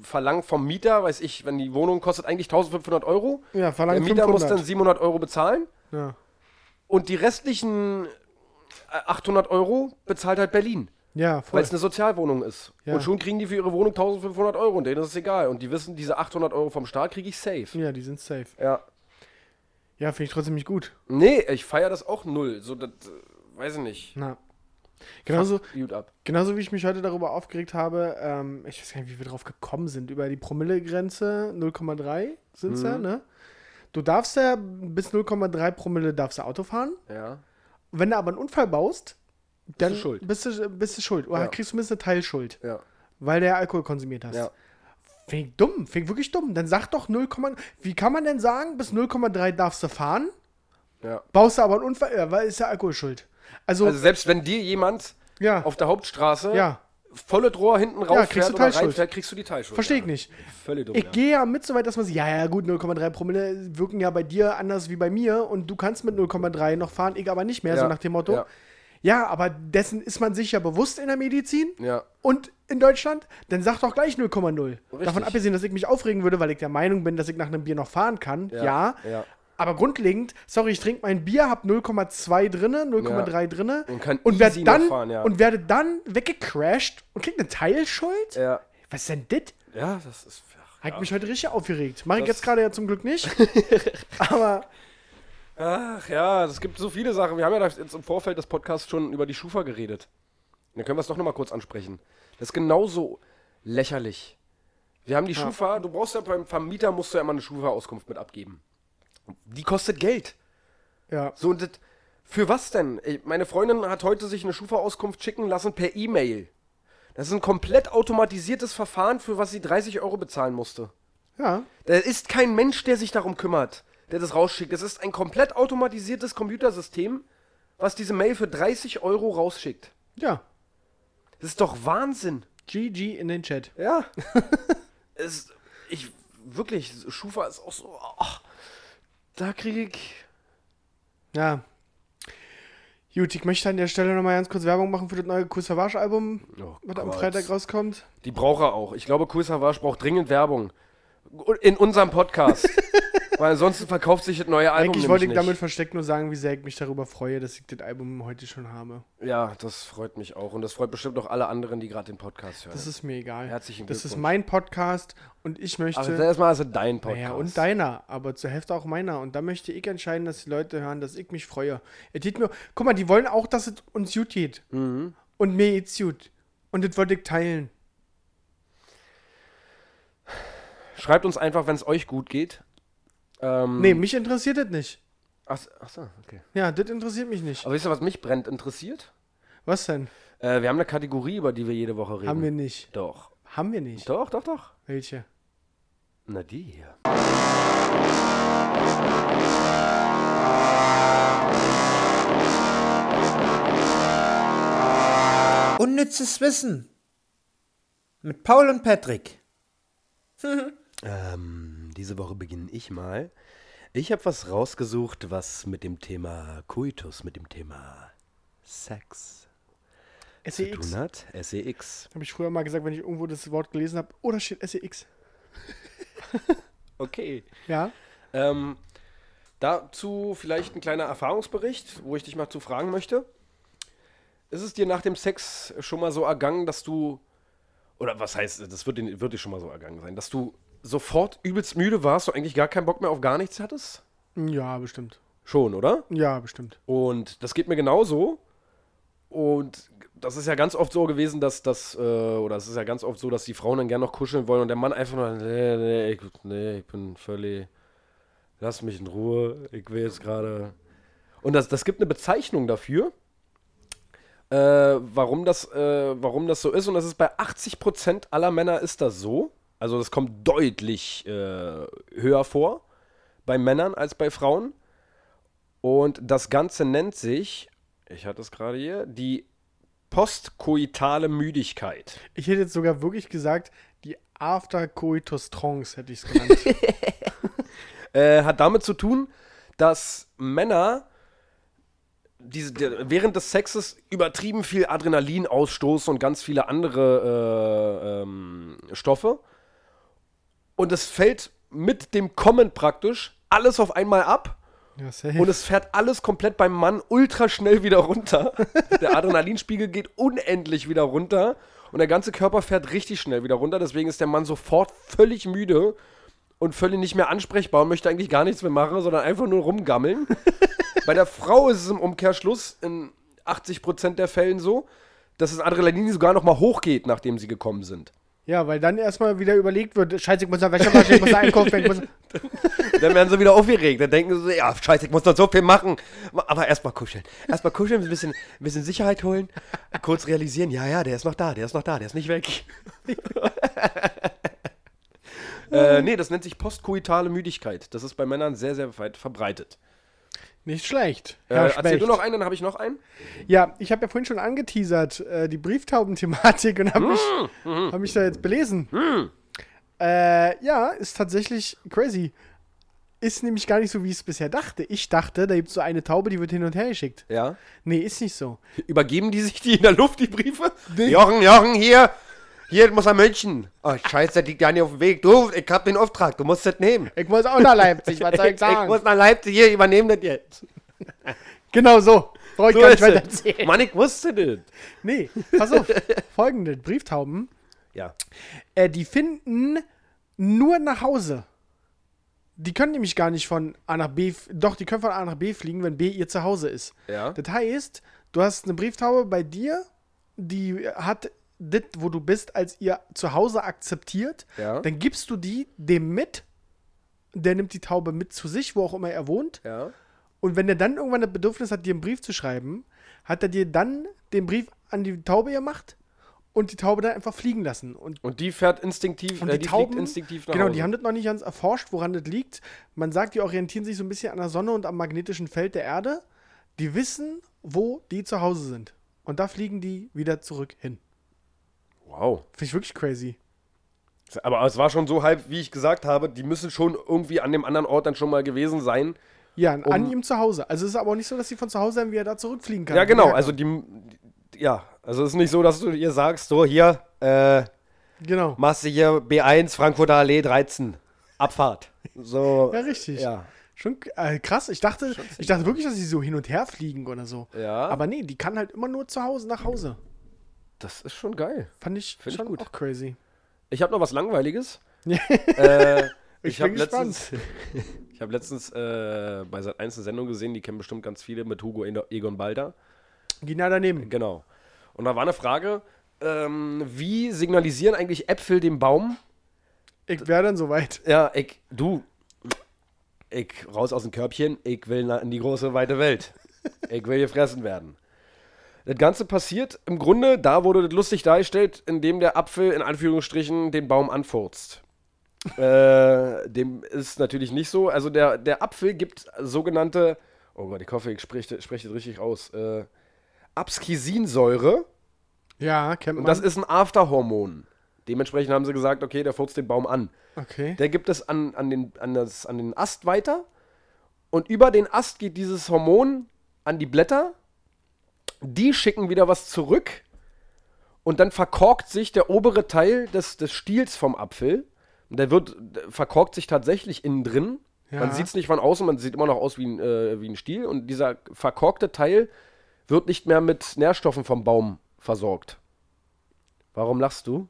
S2: verlangen vom Mieter, weiß ich, wenn die Wohnung kostet eigentlich 1500 Euro,
S3: Ja,
S2: der
S3: verlangen
S2: Mieter
S3: 500.
S2: muss dann 700 Euro bezahlen
S3: ja.
S2: und die restlichen äh, 800 Euro bezahlt halt Berlin.
S3: ja,
S2: Weil
S3: voll.
S2: es eine Sozialwohnung ist.
S3: Ja.
S2: Und schon kriegen die für ihre Wohnung 1500 Euro und denen ist es egal. Und die wissen, diese 800 Euro vom Staat kriege ich safe.
S3: Ja, die sind safe.
S2: Ja.
S3: Ja, finde ich trotzdem nicht gut.
S2: Nee, ich feiere das auch null. So, das, äh, weiß ich nicht.
S3: Na. Genauso,
S2: Gut ab.
S3: Genauso wie ich mich heute darüber aufgeregt habe, ähm, ich weiß gar nicht, wie wir drauf gekommen sind, über die Promillegrenze 0,3 sind es
S2: Mhm.
S3: ja, ne? Du darfst ja bis 0,3 Promille darfst du Auto fahren.
S2: Ja.
S3: Wenn du aber einen Unfall baust, dann
S2: du schuld.
S3: bist du, bist du schuld. Oder
S2: Ja.
S3: kriegst du mindestens eine Teilschuld,
S2: Ja.
S3: weil du ja Alkohol konsumiert hast.
S2: Ja.
S3: Finde ich dumm, finde ich wirklich dumm. Dann sag doch 0, wie kann man denn sagen, bis 0,3 darfst du fahren,
S2: ja.
S3: baust du aber einen Unfall, ja, weil ist ja Alkohol schuld. Also,
S2: Also selbst wenn dir jemand
S3: ja,
S2: auf der Hauptstraße
S3: ja,
S2: volle Rohr hinten
S3: kriegst du
S2: rauffährt oder
S3: Teilschuld.
S2: reinfährt, kriegst du die Teilschuld.
S3: verstehe ich
S2: ja.
S3: nicht.
S2: Völlig dumm.
S3: Ich
S2: ja.
S3: gehe ja mit so weit, dass man sieht, ja, ja, gut, 0,3 Promille wirken ja bei dir anders wie bei mir und du kannst mit 0,3 noch fahren, ich aber nicht mehr,
S2: Ja,
S3: so nach dem Motto. Ja.
S2: ja.
S3: aber dessen ist man sich ja bewusst in der Medizin
S2: Ja.
S3: und in Deutschland, dann sag doch gleich 0,0. Davon
S2: Richtig.
S3: abgesehen, dass ich mich aufregen würde, weil ich der Meinung bin, dass ich nach einem Bier noch fahren kann, ja.
S2: Ja, ja.
S3: Aber grundlegend, sorry, ich trinke mein Bier, hab 0,2 drinne, 0,3 drinne
S2: Und kann
S3: werde
S2: easy noch
S3: dann,
S2: fahren, ja.
S3: und werde dann weggecrashed und krieg eine Teilschuld?
S2: Ja.
S3: Was ist denn das?
S2: ja, das ist. ach,
S3: Hat mich heute richtig aufgeregt. Mach ich
S2: Das-
S3: jetzt gerade ja zum Glück
S2: *laughs*
S3: nicht. aber
S2: Ach ja, es gibt so viele Sachen. Wir haben ja das jetzt im Vorfeld des Podcasts schon über die Schufa geredet. Dann können wir es doch nochmal kurz ansprechen. Das ist genauso lächerlich. Wir haben die Schufa, du brauchst ja beim Vermieter musst du ja immer eine Schufa-Auskunft mit abgeben. Die kostet Geld.
S3: ja,
S2: So, und das, für was denn? Ey, Meine Freundin hat heute sich eine Schufa-Auskunft schicken lassen per E-Mail. Das ist ein komplett automatisiertes Verfahren, für was sie 30 Euro bezahlen musste.
S3: ja,
S2: Da ist kein Mensch, der sich darum kümmert, der das rausschickt. Das ist ein komplett automatisiertes Computersystem, was diese Mail für 30 Euro rausschickt.
S3: ja.
S2: Das ist doch Wahnsinn.
S3: GG in den Chat.
S2: Ja. *laughs* es, ich, wirklich, Schufa ist auch so, ach, da kriege ich,
S3: Ja. Gut, ich möchte an der Stelle nochmal ganz kurz Werbung machen für das neue Kusavage-Album,
S2: Oh
S3: was am
S2: Gott.
S3: Freitag rauskommt.
S2: Die braucht er auch. Ich glaube, Kool Savage braucht dringend Werbung. In unserem *laughs* Podcast. Weil ansonsten verkauft sich das neue Album
S3: Eigentlich wollte ich
S2: nämlich
S3: damit
S2: nicht.
S3: versteckt nur sagen, wie sehr ich mich darüber freue, dass ich das Album heute schon habe.
S2: Ja, das freut mich auch. Und das freut bestimmt auch alle anderen, die gerade den Podcast hören.
S3: Das ist mir egal.
S2: Herzlichen
S3: Das ist
S2: Glückwunsch.
S3: mein Podcast und ich möchte.
S2: also erstmal ist es dein Podcast.
S3: Naja, und deiner, aber zur Hälfte auch meiner. Und da möchte ich entscheiden, dass die Leute hören, dass ich mich freue. Es geht mir, guck mal, die wollen auch, dass es uns gut geht.
S2: Mhm.
S3: Und mir geht's gut. Und das wollte ich teilen.
S2: Schreibt uns einfach, wenn es euch gut geht. Ähm,
S3: Nee, mich interessiert das nicht.
S2: Ach, ach so, okay.
S3: Ja, das interessiert mich nicht.
S2: Aber wisst ihr, was mich brennt interessiert?
S3: Was denn?
S2: Äh, wir haben eine Kategorie, über die wir jede Woche reden.
S3: Haben wir nicht.
S2: Doch.
S3: Haben wir nicht.
S2: Doch, doch, doch.
S3: Welche?
S2: Na, die hier.
S4: Unnützes Wissen. Mit Paul und Patrick.
S2: *laughs* Ähm, diese Woche beginne ich mal. Ich habe was rausgesucht, was mit dem Thema Coitus, mit dem Thema Sex
S4: E
S2: zu
S3: SEX.
S2: tun hat. E SEX.
S3: Habe E ich früher mal gesagt, wenn ich irgendwo das Wort gelesen habe. Oh, da steht SEX.
S2: Okay.
S3: Ja?
S2: Ähm, dazu vielleicht ein kleiner Erfahrungsbericht, wo ich dich mal zu fragen möchte. Ist es dir nach dem Sex schon mal so ergangen, dass du, oder was heißt, das wird, dir- wird dir schon mal so ergangen sein, dass du sofort übelst müde warst und eigentlich gar keinen Bock mehr auf gar nichts hattest?
S3: Ja, bestimmt.
S2: Schon, oder?
S3: Ja, bestimmt.
S2: Und das geht mir genauso. Und das ist ja ganz oft so gewesen, dass das, äh, oder es ist ja ganz oft so, dass die Frauen dann gerne noch kuscheln wollen und der Mann einfach nur, nee, nee, ich, nee, ich bin völlig, lass mich in Ruhe, ich will jetzt gerade. Und das, das gibt eine Bezeichnung dafür, äh, warum, das, äh, warum das so ist. Und das ist bei 80% aller Männer ist das so. Also das kommt deutlich äh, höher vor bei Männern als bei Frauen. Und das Ganze nennt sich, ich hatte es gerade hier, die postkoitale Müdigkeit.
S3: Ich hätte jetzt sogar wirklich gesagt, die After Coitus Trance hätte ich es genannt.
S2: *laughs* Äh, hat damit zu tun, dass Männer diese, der, während des Sexes übertrieben viel Adrenalin ausstoßen und ganz viele andere äh, ähm, Stoffe. Und es fällt mit dem Kommen praktisch alles auf einmal ab.
S3: ja, safe.
S2: Und es fährt alles komplett beim Mann ultra schnell wieder runter. Der Adrenalinspiegel geht unendlich wieder runter. Und der ganze Körper fährt richtig schnell wieder runter. Deswegen ist der Mann sofort völlig müde und völlig nicht mehr ansprechbar und möchte eigentlich gar nichts mehr machen, sondern einfach nur rumgammeln. Bei der Frau ist es im Umkehrschluss in 80% der Fällen so, dass das Adrenalin sogar nochmal hochgeht, nachdem sie gekommen sind.
S3: Ja, weil dann erstmal wieder überlegt wird, scheiße, ich muss nach Wäschetasche, ich muss nach einkaufen, ich muss...
S2: Dann werden sie wieder aufgeregt. Dann denken sie, ja, scheiße, ich muss noch so viel machen. Aber erstmal kuscheln. Erstmal kuscheln, ein bisschen, ein bisschen Sicherheit holen. Kurz realisieren, ja, ja, der ist noch da, der ist noch da, der ist nicht weg. *laughs* äh, nee, das nennt sich postkoitale Müdigkeit. Das ist bei Männern sehr, sehr weit verbreitet.
S3: *laughs* Nicht schlecht.
S2: Äh,
S3: Herr
S2: erzähl
S3: Specht.
S2: du noch einen, dann habe ich noch einen.
S3: Ja, ich habe ja vorhin schon angeteasert, äh, die Brieftauben-Thematik und
S2: Mm,
S3: habe mich, hab mich da jetzt belesen. Äh, ja, ist tatsächlich crazy. Ist nämlich gar nicht so, wie ich es bisher dachte. Ich dachte, da gibt es so eine Taube, die wird hin und her geschickt.
S2: Ja.
S3: Nee, ist nicht so.
S2: Übergeben die sich die in der Luft, die Briefe? Jochen, Jochen, hier. Hier muss er München. Oh, scheiße, der liegt ja nicht auf dem Weg. Du, ich hab den Auftrag, du musst das nehmen.
S3: Ich muss auch nach Leipzig, was
S2: *laughs*
S3: soll ich sagen?
S2: nach Leipzig, hier, übernehmen das jetzt.
S3: genau so. Brauche ich
S2: So
S3: gar nicht
S2: ist
S3: weiter
S2: es. *laughs*
S3: erzählen.
S2: Mann, ich wusste das.
S3: Nee, pass auf. Folgende, Brieftauben,
S2: Ja.
S3: äh, die finden nur nach Hause. Die können nämlich gar nicht von A nach B, f- doch, die können von A nach B fliegen, wenn B ihr Zuhause ist.
S2: Ja.
S3: Das heißt, du hast eine Brieftaube bei dir, die hat das, wo du bist, als ihr Zuhause akzeptiert.
S2: Ja.
S3: Dann gibst du die dem mit, der nimmt die Taube mit zu sich, wo auch immer er wohnt.
S2: Ja.
S3: Und wenn er dann irgendwann das Bedürfnis hat, dir einen Brief zu schreiben, hat er dir dann den Brief an die Taube gemacht und die Taube dann einfach fliegen lassen. Und,
S2: Und die fährt instinktiv,
S3: und
S2: äh,
S3: die,
S2: die
S3: Tauben,
S2: fliegt instinktiv nach
S3: genau,
S2: Hause.
S3: die haben das noch nicht ganz erforscht, woran das liegt. Man sagt, die orientieren sich so ein bisschen an der Sonne und am magnetischen Feld der Erde. Die wissen, wo die zu Hause sind. Und da fliegen die wieder zurück hin.
S2: wow.
S3: Finde ich wirklich crazy.
S2: Aber es war schon so halb, wie ich gesagt habe, die müssen schon irgendwie an dem anderen Ort dann schon mal gewesen sein,
S3: Ja, an ihm zu Hause. Also es ist aber auch nicht so, dass sie von zu Hause, wie er da zurückfliegen kann.
S2: Um Ja, genau.
S3: Merkt
S2: Also die, die- ja, also es ist nicht so, dass du ihr sagst, so hier, äh,
S3: er. genau.
S2: machst du hier B1 Frankfurter Allee 13 Abfahrt. So.
S3: Ja, richtig.
S2: Ja.
S3: Schon äh, krass. Ich dachte, ich dachte wirklich, dass sie so hin und her fliegen oder so.
S2: Ja.
S3: Aber nee, die kann halt immer nur zu Hause nach Hause.
S2: Das ist schon geil.
S3: Fand ich
S2: Find ich
S3: schon
S2: gut.
S3: auch crazy.
S2: Ich habe noch
S3: *laughs*
S2: was Langweiliges. äh, ich
S3: bin
S2: habe letztens, ich hab letztens äh, bei Sat 1 eine Sendung gesehen, die kennen bestimmt ganz viele mit Hugo Eno- Egon Balder.
S3: Gina
S2: *laughs*
S3: daneben.
S2: Genau. Und da war eine Frage, ähm, wie signalisieren eigentlich Äpfel dem Baum?
S3: Ich wäre dann soweit.
S2: Ja, ich, du, ich raus aus dem Körbchen, ich will na- in die große, weite Welt. Ich will gefressen werden. Das Ganze passiert im Grunde, da wurde das lustig dargestellt, indem der Apfel in Anführungsstrichen den Baum anfurzt. äh, dem ist natürlich nicht so. Also der, der Apfel gibt sogenannte, oh Gott, ich hoffe, ich spreche, spreche das richtig aus, äh, Abschisinsäure.
S3: Ja, kennt man.
S2: Und das ist ein Afterhormon. Dementsprechend haben sie gesagt, okay, der furzt den Baum an.
S3: okay.
S2: Der gibt es an, an, den, an, das, an den Ast weiter. Und über den Ast geht dieses Hormon an die Blätter. Die schicken wieder was zurück. Und dann verkorkt sich der obere Teil des, des Stiels vom Apfel. Und der wird, der verkorkt sich tatsächlich innen drin.
S3: Ja.
S2: Man sieht es nicht von außen, man sieht immer noch aus wie ein, äh, wie ein Stiel. Und dieser verkorkte Teil wird nicht mehr mit Nährstoffen vom Baum versorgt. Warum lachst du?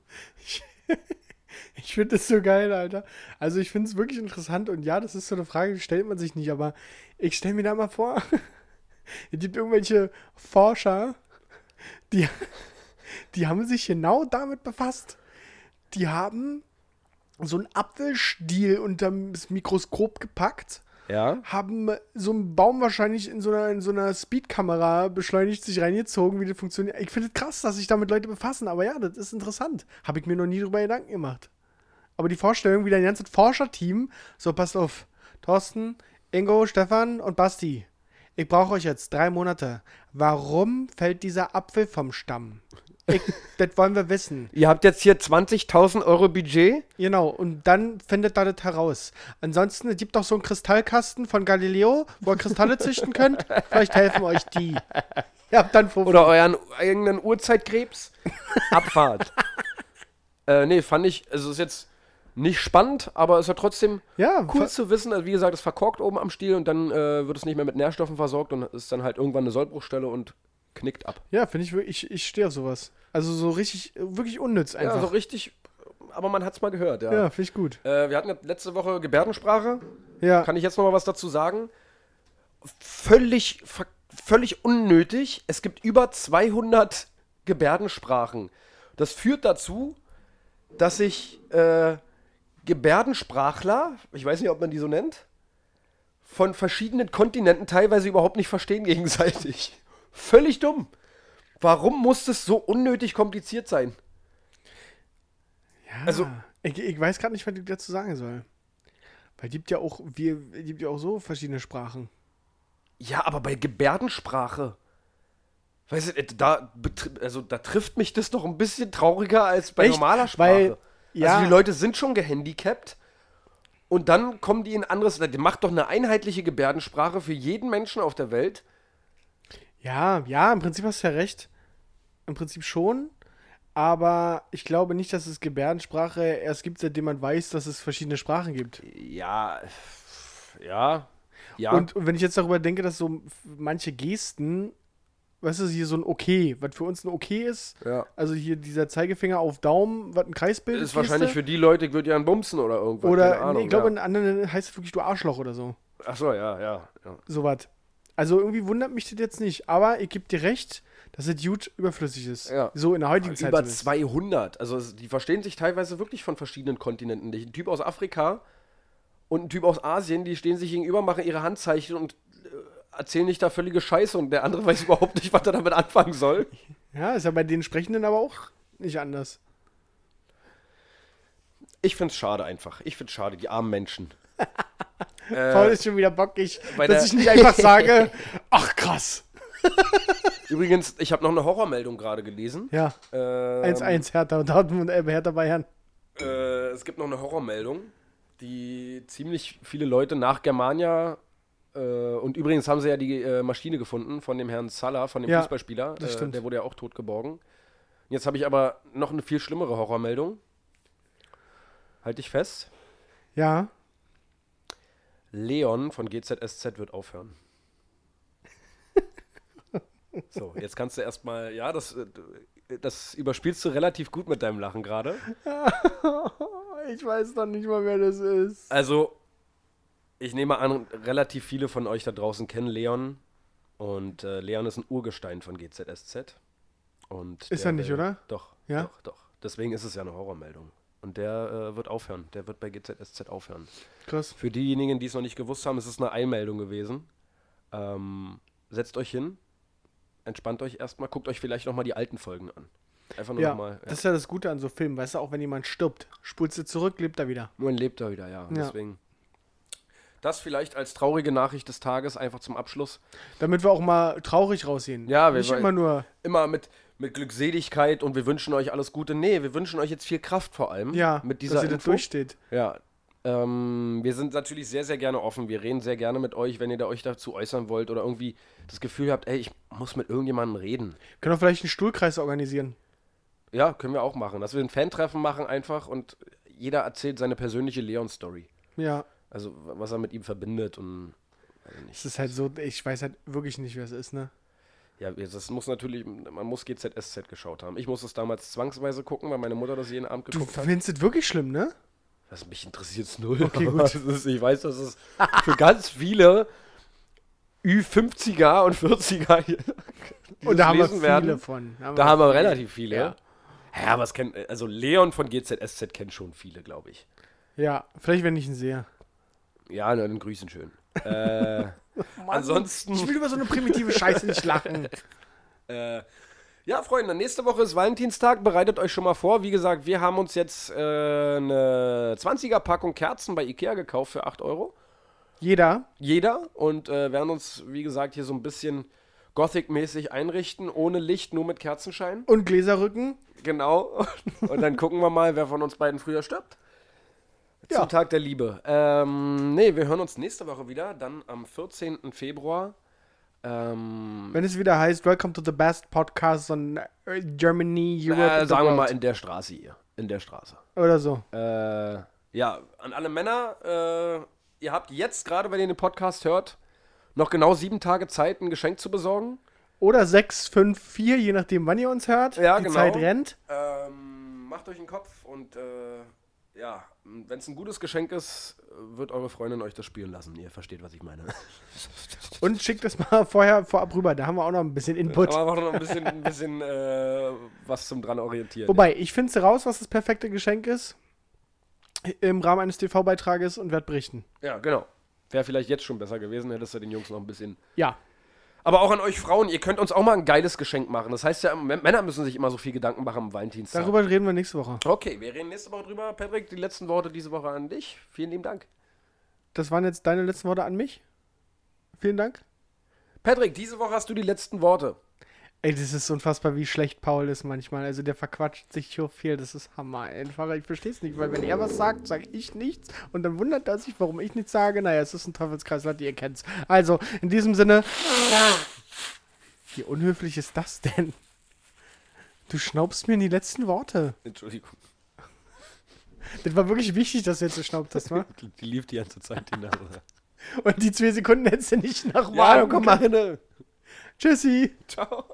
S3: Ich finde das so geil, Alter. Also ich finde es wirklich interessant und ja, das ist so eine Frage, die stellt man sich nicht, aber ich stelle mir da mal vor, *laughs* es gibt irgendwelche Forscher, die, die haben sich genau damit befasst. Die haben so einen Apfelstiel unterm das Mikroskop gepackt,
S2: Ja.
S3: haben so einen Baum wahrscheinlich in so einer, in so einer Speedkamera beschleunigt sich reingezogen, wie das funktioniert. Ich finde es krass, dass sich damit Leute befassen, aber ja, das ist interessant. Habe ich mir noch nie drüber Gedanken gemacht. Aber die Vorstellung, wie dein ganzes Forscherteam, so passt auf, Thorsten, Ingo, Stefan und Basti, ich brauche euch jetzt drei Monate. Warum fällt dieser Apfel vom Stamm? Ich, das wollen wir wissen.
S2: Ihr habt jetzt hier 20.000 Euro Budget.
S3: Genau, und dann findet ihr das heraus. Ansonsten, es gibt doch so einen Kristallkasten von Galileo, wo ihr
S2: *laughs*
S3: Kristalle züchten könnt. Vielleicht helfen euch die. Ihr habt dann Fuffi.
S2: Oder euren eigenen *laughs* Uhrzeitkrebs. Abfahrt. äh, nee, fand ich, also ist jetzt nicht spannend, aber ist ja trotzdem
S3: Ja,
S2: cool
S3: ver-
S2: zu wissen. Also wie gesagt, es verkorkt oben am Stiel und dann äh, wird es nicht mehr mit Nährstoffen versorgt und ist dann halt irgendwann eine Sollbruchstelle und knickt ab.
S3: Ja, finde ich wirklich, ich, ich stehe auf sowas. Also so richtig, wirklich unnütz
S2: Ja,
S3: einfach.
S2: so richtig, aber man hat's mal gehört, ja.
S3: Ja, finde ich gut.
S2: Äh, wir hatten ja letzte Woche Gebärdensprache.
S3: Ja,
S2: Kann ich jetzt noch mal was dazu sagen? Völlig, ver- völlig unnötig. Es gibt über 200 Gebärdensprachen. Das führt dazu, dass sich äh, Gebärdensprachler, ich weiß nicht, ob man die so nennt, von verschiedenen Kontinenten teilweise überhaupt nicht verstehen gegenseitig. *laughs* Völlig dumm. Warum muss das so unnötig kompliziert sein?
S3: ja.
S2: also-
S3: Ah, ich, ich weiß gerade nicht, was ich dazu sagen soll. Weil es gibt ja auch, wir, es gibt ja auch so verschiedene Sprachen.
S2: Ja, aber bei Gebärdensprache. Weißt du, da, betri- also, da trifft mich das doch ein bisschen trauriger als bei
S3: Echt?
S2: normaler Sprache.
S3: Weil- ja.
S2: Also die Leute sind schon gehandicapt und dann kommen die in anderes. Die macht doch eine einheitliche Gebärdensprache für jeden Menschen auf der Welt.
S3: Ja, ja, im Prinzip hast du ja recht. Im Prinzip schon. Aber ich glaube nicht, dass es Gebärdensprache erst gibt, seitdem man weiß, dass es verschiedene Sprachen gibt.
S2: Ja, ja, ja.
S3: Und, und wenn ich jetzt darüber denke, dass so manche Gesten, weißt du, hier so ein Okay, was für uns ein Okay ist,
S2: Ja.
S3: also hier dieser Zeigefinger auf Daumen, was ein Kreis bildet.
S2: ist wahrscheinlich für die Leute, ich würde ja einen Bumsen oder irgendwas. keine
S3: Oder,
S2: Ahnung,
S3: nee, ich glaube,
S2: ja.
S3: in anderen heißt es wirklich du Arschloch oder so.
S2: Ach so, ja, ja. ja.
S3: Sowas. Also irgendwie wundert mich das jetzt nicht. Aber ich gebe dir recht, dass es gut überflüssig ist. halt
S2: Ja.
S3: So in der heutigen Zeit.
S2: Über
S3: zumindest.
S2: 200. Also es- die verstehen sich teilweise wirklich von verschiedenen Kontinenten nicht. Ein Typ aus Afrika und ein Typ aus Asien, die stehen sich gegenüber, machen ihre Handzeichen und äh, erzählen nicht da völlige Scheiße und der andere *laughs* weiß überhaupt nicht, was er damit anfangen soll.
S3: Ja, ist ja bei den Sprechenden aber auch nicht anders.
S2: Ich find's schade einfach. Ich find's schade, die armen Menschen.
S3: Paul ist schon wieder bockig,
S2: bei
S3: dass
S2: der-
S3: ich nicht *laughs* einfach sage, ach krass.
S2: Übrigens, ich habe noch eine Horrormeldung gerade gelesen.
S3: Ja,
S2: Ähm,
S3: 1-1 Hertha und Dortmund, äh, Hertha Bayern.
S2: Äh, es gibt noch eine Horrormeldung, die ziemlich viele Leute nach Germania Äh, und übrigens haben sie ja die äh, Maschine gefunden von dem Herrn Salah, von dem
S3: Ja,
S2: Fußballspieler. Äh,
S3: das stimmt.
S2: Der wurde ja auch tot geborgen. Jetzt habe ich aber noch eine viel schlimmere Horrormeldung. Halte ich fest.
S3: Ja.
S2: Leon von GZSZ wird aufhören.
S3: *laughs*
S2: So, jetzt kannst du erstmal, ja, das, äh, das überspielst du relativ gut mit deinem Lachen gerade.
S3: Ich weiß noch nicht mal, wer das ist.
S2: Also, ich nehme an, relativ viele von euch da draußen kennen Leon. Und äh, Leon ist ein Urgestein von GZSZ. Und
S3: Ist
S2: der
S3: er nicht,
S2: will-
S3: oder?
S2: Doch,
S3: Ja?
S2: doch, doch. Deswegen ist es ja eine Horrormeldung. Und der äh, wird aufhören. Der wird bei GZSZ aufhören.
S3: Krass.
S2: Für diejenigen, die es noch nicht gewusst haben, es ist eine Eilmeldung gewesen. Ähm, setzt euch hin, entspannt euch erstmal, guckt euch vielleicht nochmal die alten Folgen an. Einfach nur
S3: Ja,
S2: nochmal. Ja.
S3: das ist ja das Gute an so Filmen, weißt du, auch wenn jemand stirbt, spulst du zurück, lebt er wieder.
S2: Man lebt da wieder, ja.
S3: Ja.
S2: Deswegen. Das vielleicht als traurige Nachricht des Tages, einfach zum Abschluss.
S3: Damit wir auch mal traurig rausgehen.
S2: Ja, wir-
S3: wir Nicht immer nur,
S2: Immer mit, mit Glückseligkeit und wir wünschen euch alles Gute. Nee, wir wünschen euch jetzt viel Kraft vor allem.
S3: ja,
S2: mit
S3: dass
S2: dieser
S3: ihr das
S2: Info.
S3: durchsteht.
S2: Ja. Ähm, wir sind natürlich sehr, sehr gerne offen. Wir reden sehr gerne mit euch, wenn ihr da euch dazu äußern wollt oder irgendwie das Gefühl habt, ey, ich muss mit irgendjemandem reden.
S3: Können wir vielleicht einen Stuhlkreis organisieren.
S2: Ja, können wir auch machen. Dass wir ein Fantreffen machen einfach und jeder erzählt seine persönliche Leon-Story.
S3: Ja,
S2: Also, was er mit ihm verbindet und
S3: es ist halt so, ich weiß halt wirklich nicht, wer es ist, ne?
S2: Ja, das muss natürlich, man muss GZSZ geschaut haben. Ich musste es damals zwangsweise gucken, weil meine Mutter das jeden Abend
S3: Du
S2: geguckt hat.
S3: findest es wirklich schlimm, ne?
S2: Was mich interessiert es null. *laughs* Okay,
S3: gut.
S2: Ist, ich weiß, dass es für ganz viele Ü50er und 40er hier.
S3: Und da haben wir
S2: Lesen
S3: viele
S2: werden.
S3: von.
S2: Da haben wir relativ viele.
S3: Ja.
S2: Ja, ja aber es kennt, also Leon von GZSZ kennt schon viele, glaube ich.
S3: Ja, vielleicht, wenn ich ihn sehe.
S2: Ja, na, dann grüßen schön. Äh, ansonsten.
S3: Ich will über so eine primitive Scheiße nicht lachen.
S2: Äh, ja, Freunde, nächste Woche ist Valentinstag. Bereitet euch schon mal vor. Wie gesagt, wir haben uns jetzt äh, eine 20er-Packung Kerzen bei Ikea gekauft für 8 Euro.
S3: *laughs* Jeder,
S2: Jeder. Und äh, werden uns, wie gesagt, hier so ein bisschen Gothic-mäßig einrichten. Ohne Licht, nur mit Kerzenschein.
S3: und Gläserrücken.
S2: Genau. *laughs* Und dann gucken wir mal, wer von uns beiden früher stirbt.
S3: Ja.
S2: Zum Tag der Liebe. Ähm, nee, wir hören uns nächste Woche wieder. Dann am 14. Februar. Ähm,
S3: Wenn es wieder heißt, Welcome to the best podcast on äh, Germany, Europe, and
S2: äh,
S3: the
S2: sagen wir
S3: world.
S2: mal in der Straße hier. In der Straße.
S3: Oder so.
S2: Äh, ja, an alle Männer, äh, ihr habt jetzt gerade, wenn ihr den Podcast hört, noch genau sieben Tage Zeit, ein Geschenk zu besorgen.
S3: Oder 6, 5, 4, je nachdem, wann ihr uns hört.
S2: Ja,
S3: Die
S2: genau.
S3: Zeit rennt.
S2: Ähm, macht euch einen Kopf und äh, ja, wenn es ein gutes Geschenk ist, wird eure Freundin euch das spielen lassen. Ihr versteht, was ich meine.
S3: Und schickt das mal *laughs* vorher vorab rüber. Da haben wir auch noch ein bisschen Input.
S2: Aber auch noch ein bisschen, ein bisschen äh, was zum dran orientieren.
S3: Wobei, ich finde raus, was das perfekte Geschenk ist. Im Rahmen eines TV-Beitrages und werde berichten.
S2: Ja, genau. Wäre vielleicht jetzt schon besser gewesen, hättest du den Jungs noch ein bisschen
S3: Ja.
S2: Aber auch an euch Frauen, ihr könnt uns auch mal ein geiles Geschenk machen. Das heißt ja, M- Männer müssen sich immer so viel Gedanken machen am Valentinstag.
S3: Darüber reden wir nächste Woche.
S2: Okay, wir reden nächste Woche drüber. Patrick, die letzten Worte diese Woche an dich. Vielen lieben Dank.
S3: Das waren jetzt deine letzten Worte an mich. Vielen Dank.
S2: Patrick, diese Woche hast du die letzten Worte.
S3: Ey, das ist unfassbar, wie schlecht Paul ist manchmal. Also der verquatscht sich so viel. Das ist Hammer. Einfach, ich verstehe es nicht, weil wenn er was sagt, sage ich nichts. Und dann wundert er sich, warum ich nichts sage. Naja, es ist ein Teufelskreislauf, ihr kennt's. Also, in diesem Sinne. Wie unhöflich ist das denn? Du schnaubst mir in die letzten Worte.
S2: Entschuldigung,
S3: Das war wirklich wichtig, dass du jetzt geschnaubt hast, wa?
S2: die lief die ganze Zeit die Nase.
S3: Und die zwei Sekunden hättest du nicht nach
S2: ja,
S3: Warnung
S2: komm mal
S3: gemacht.
S2: hin.
S3: Tschüssi.
S2: Ciao.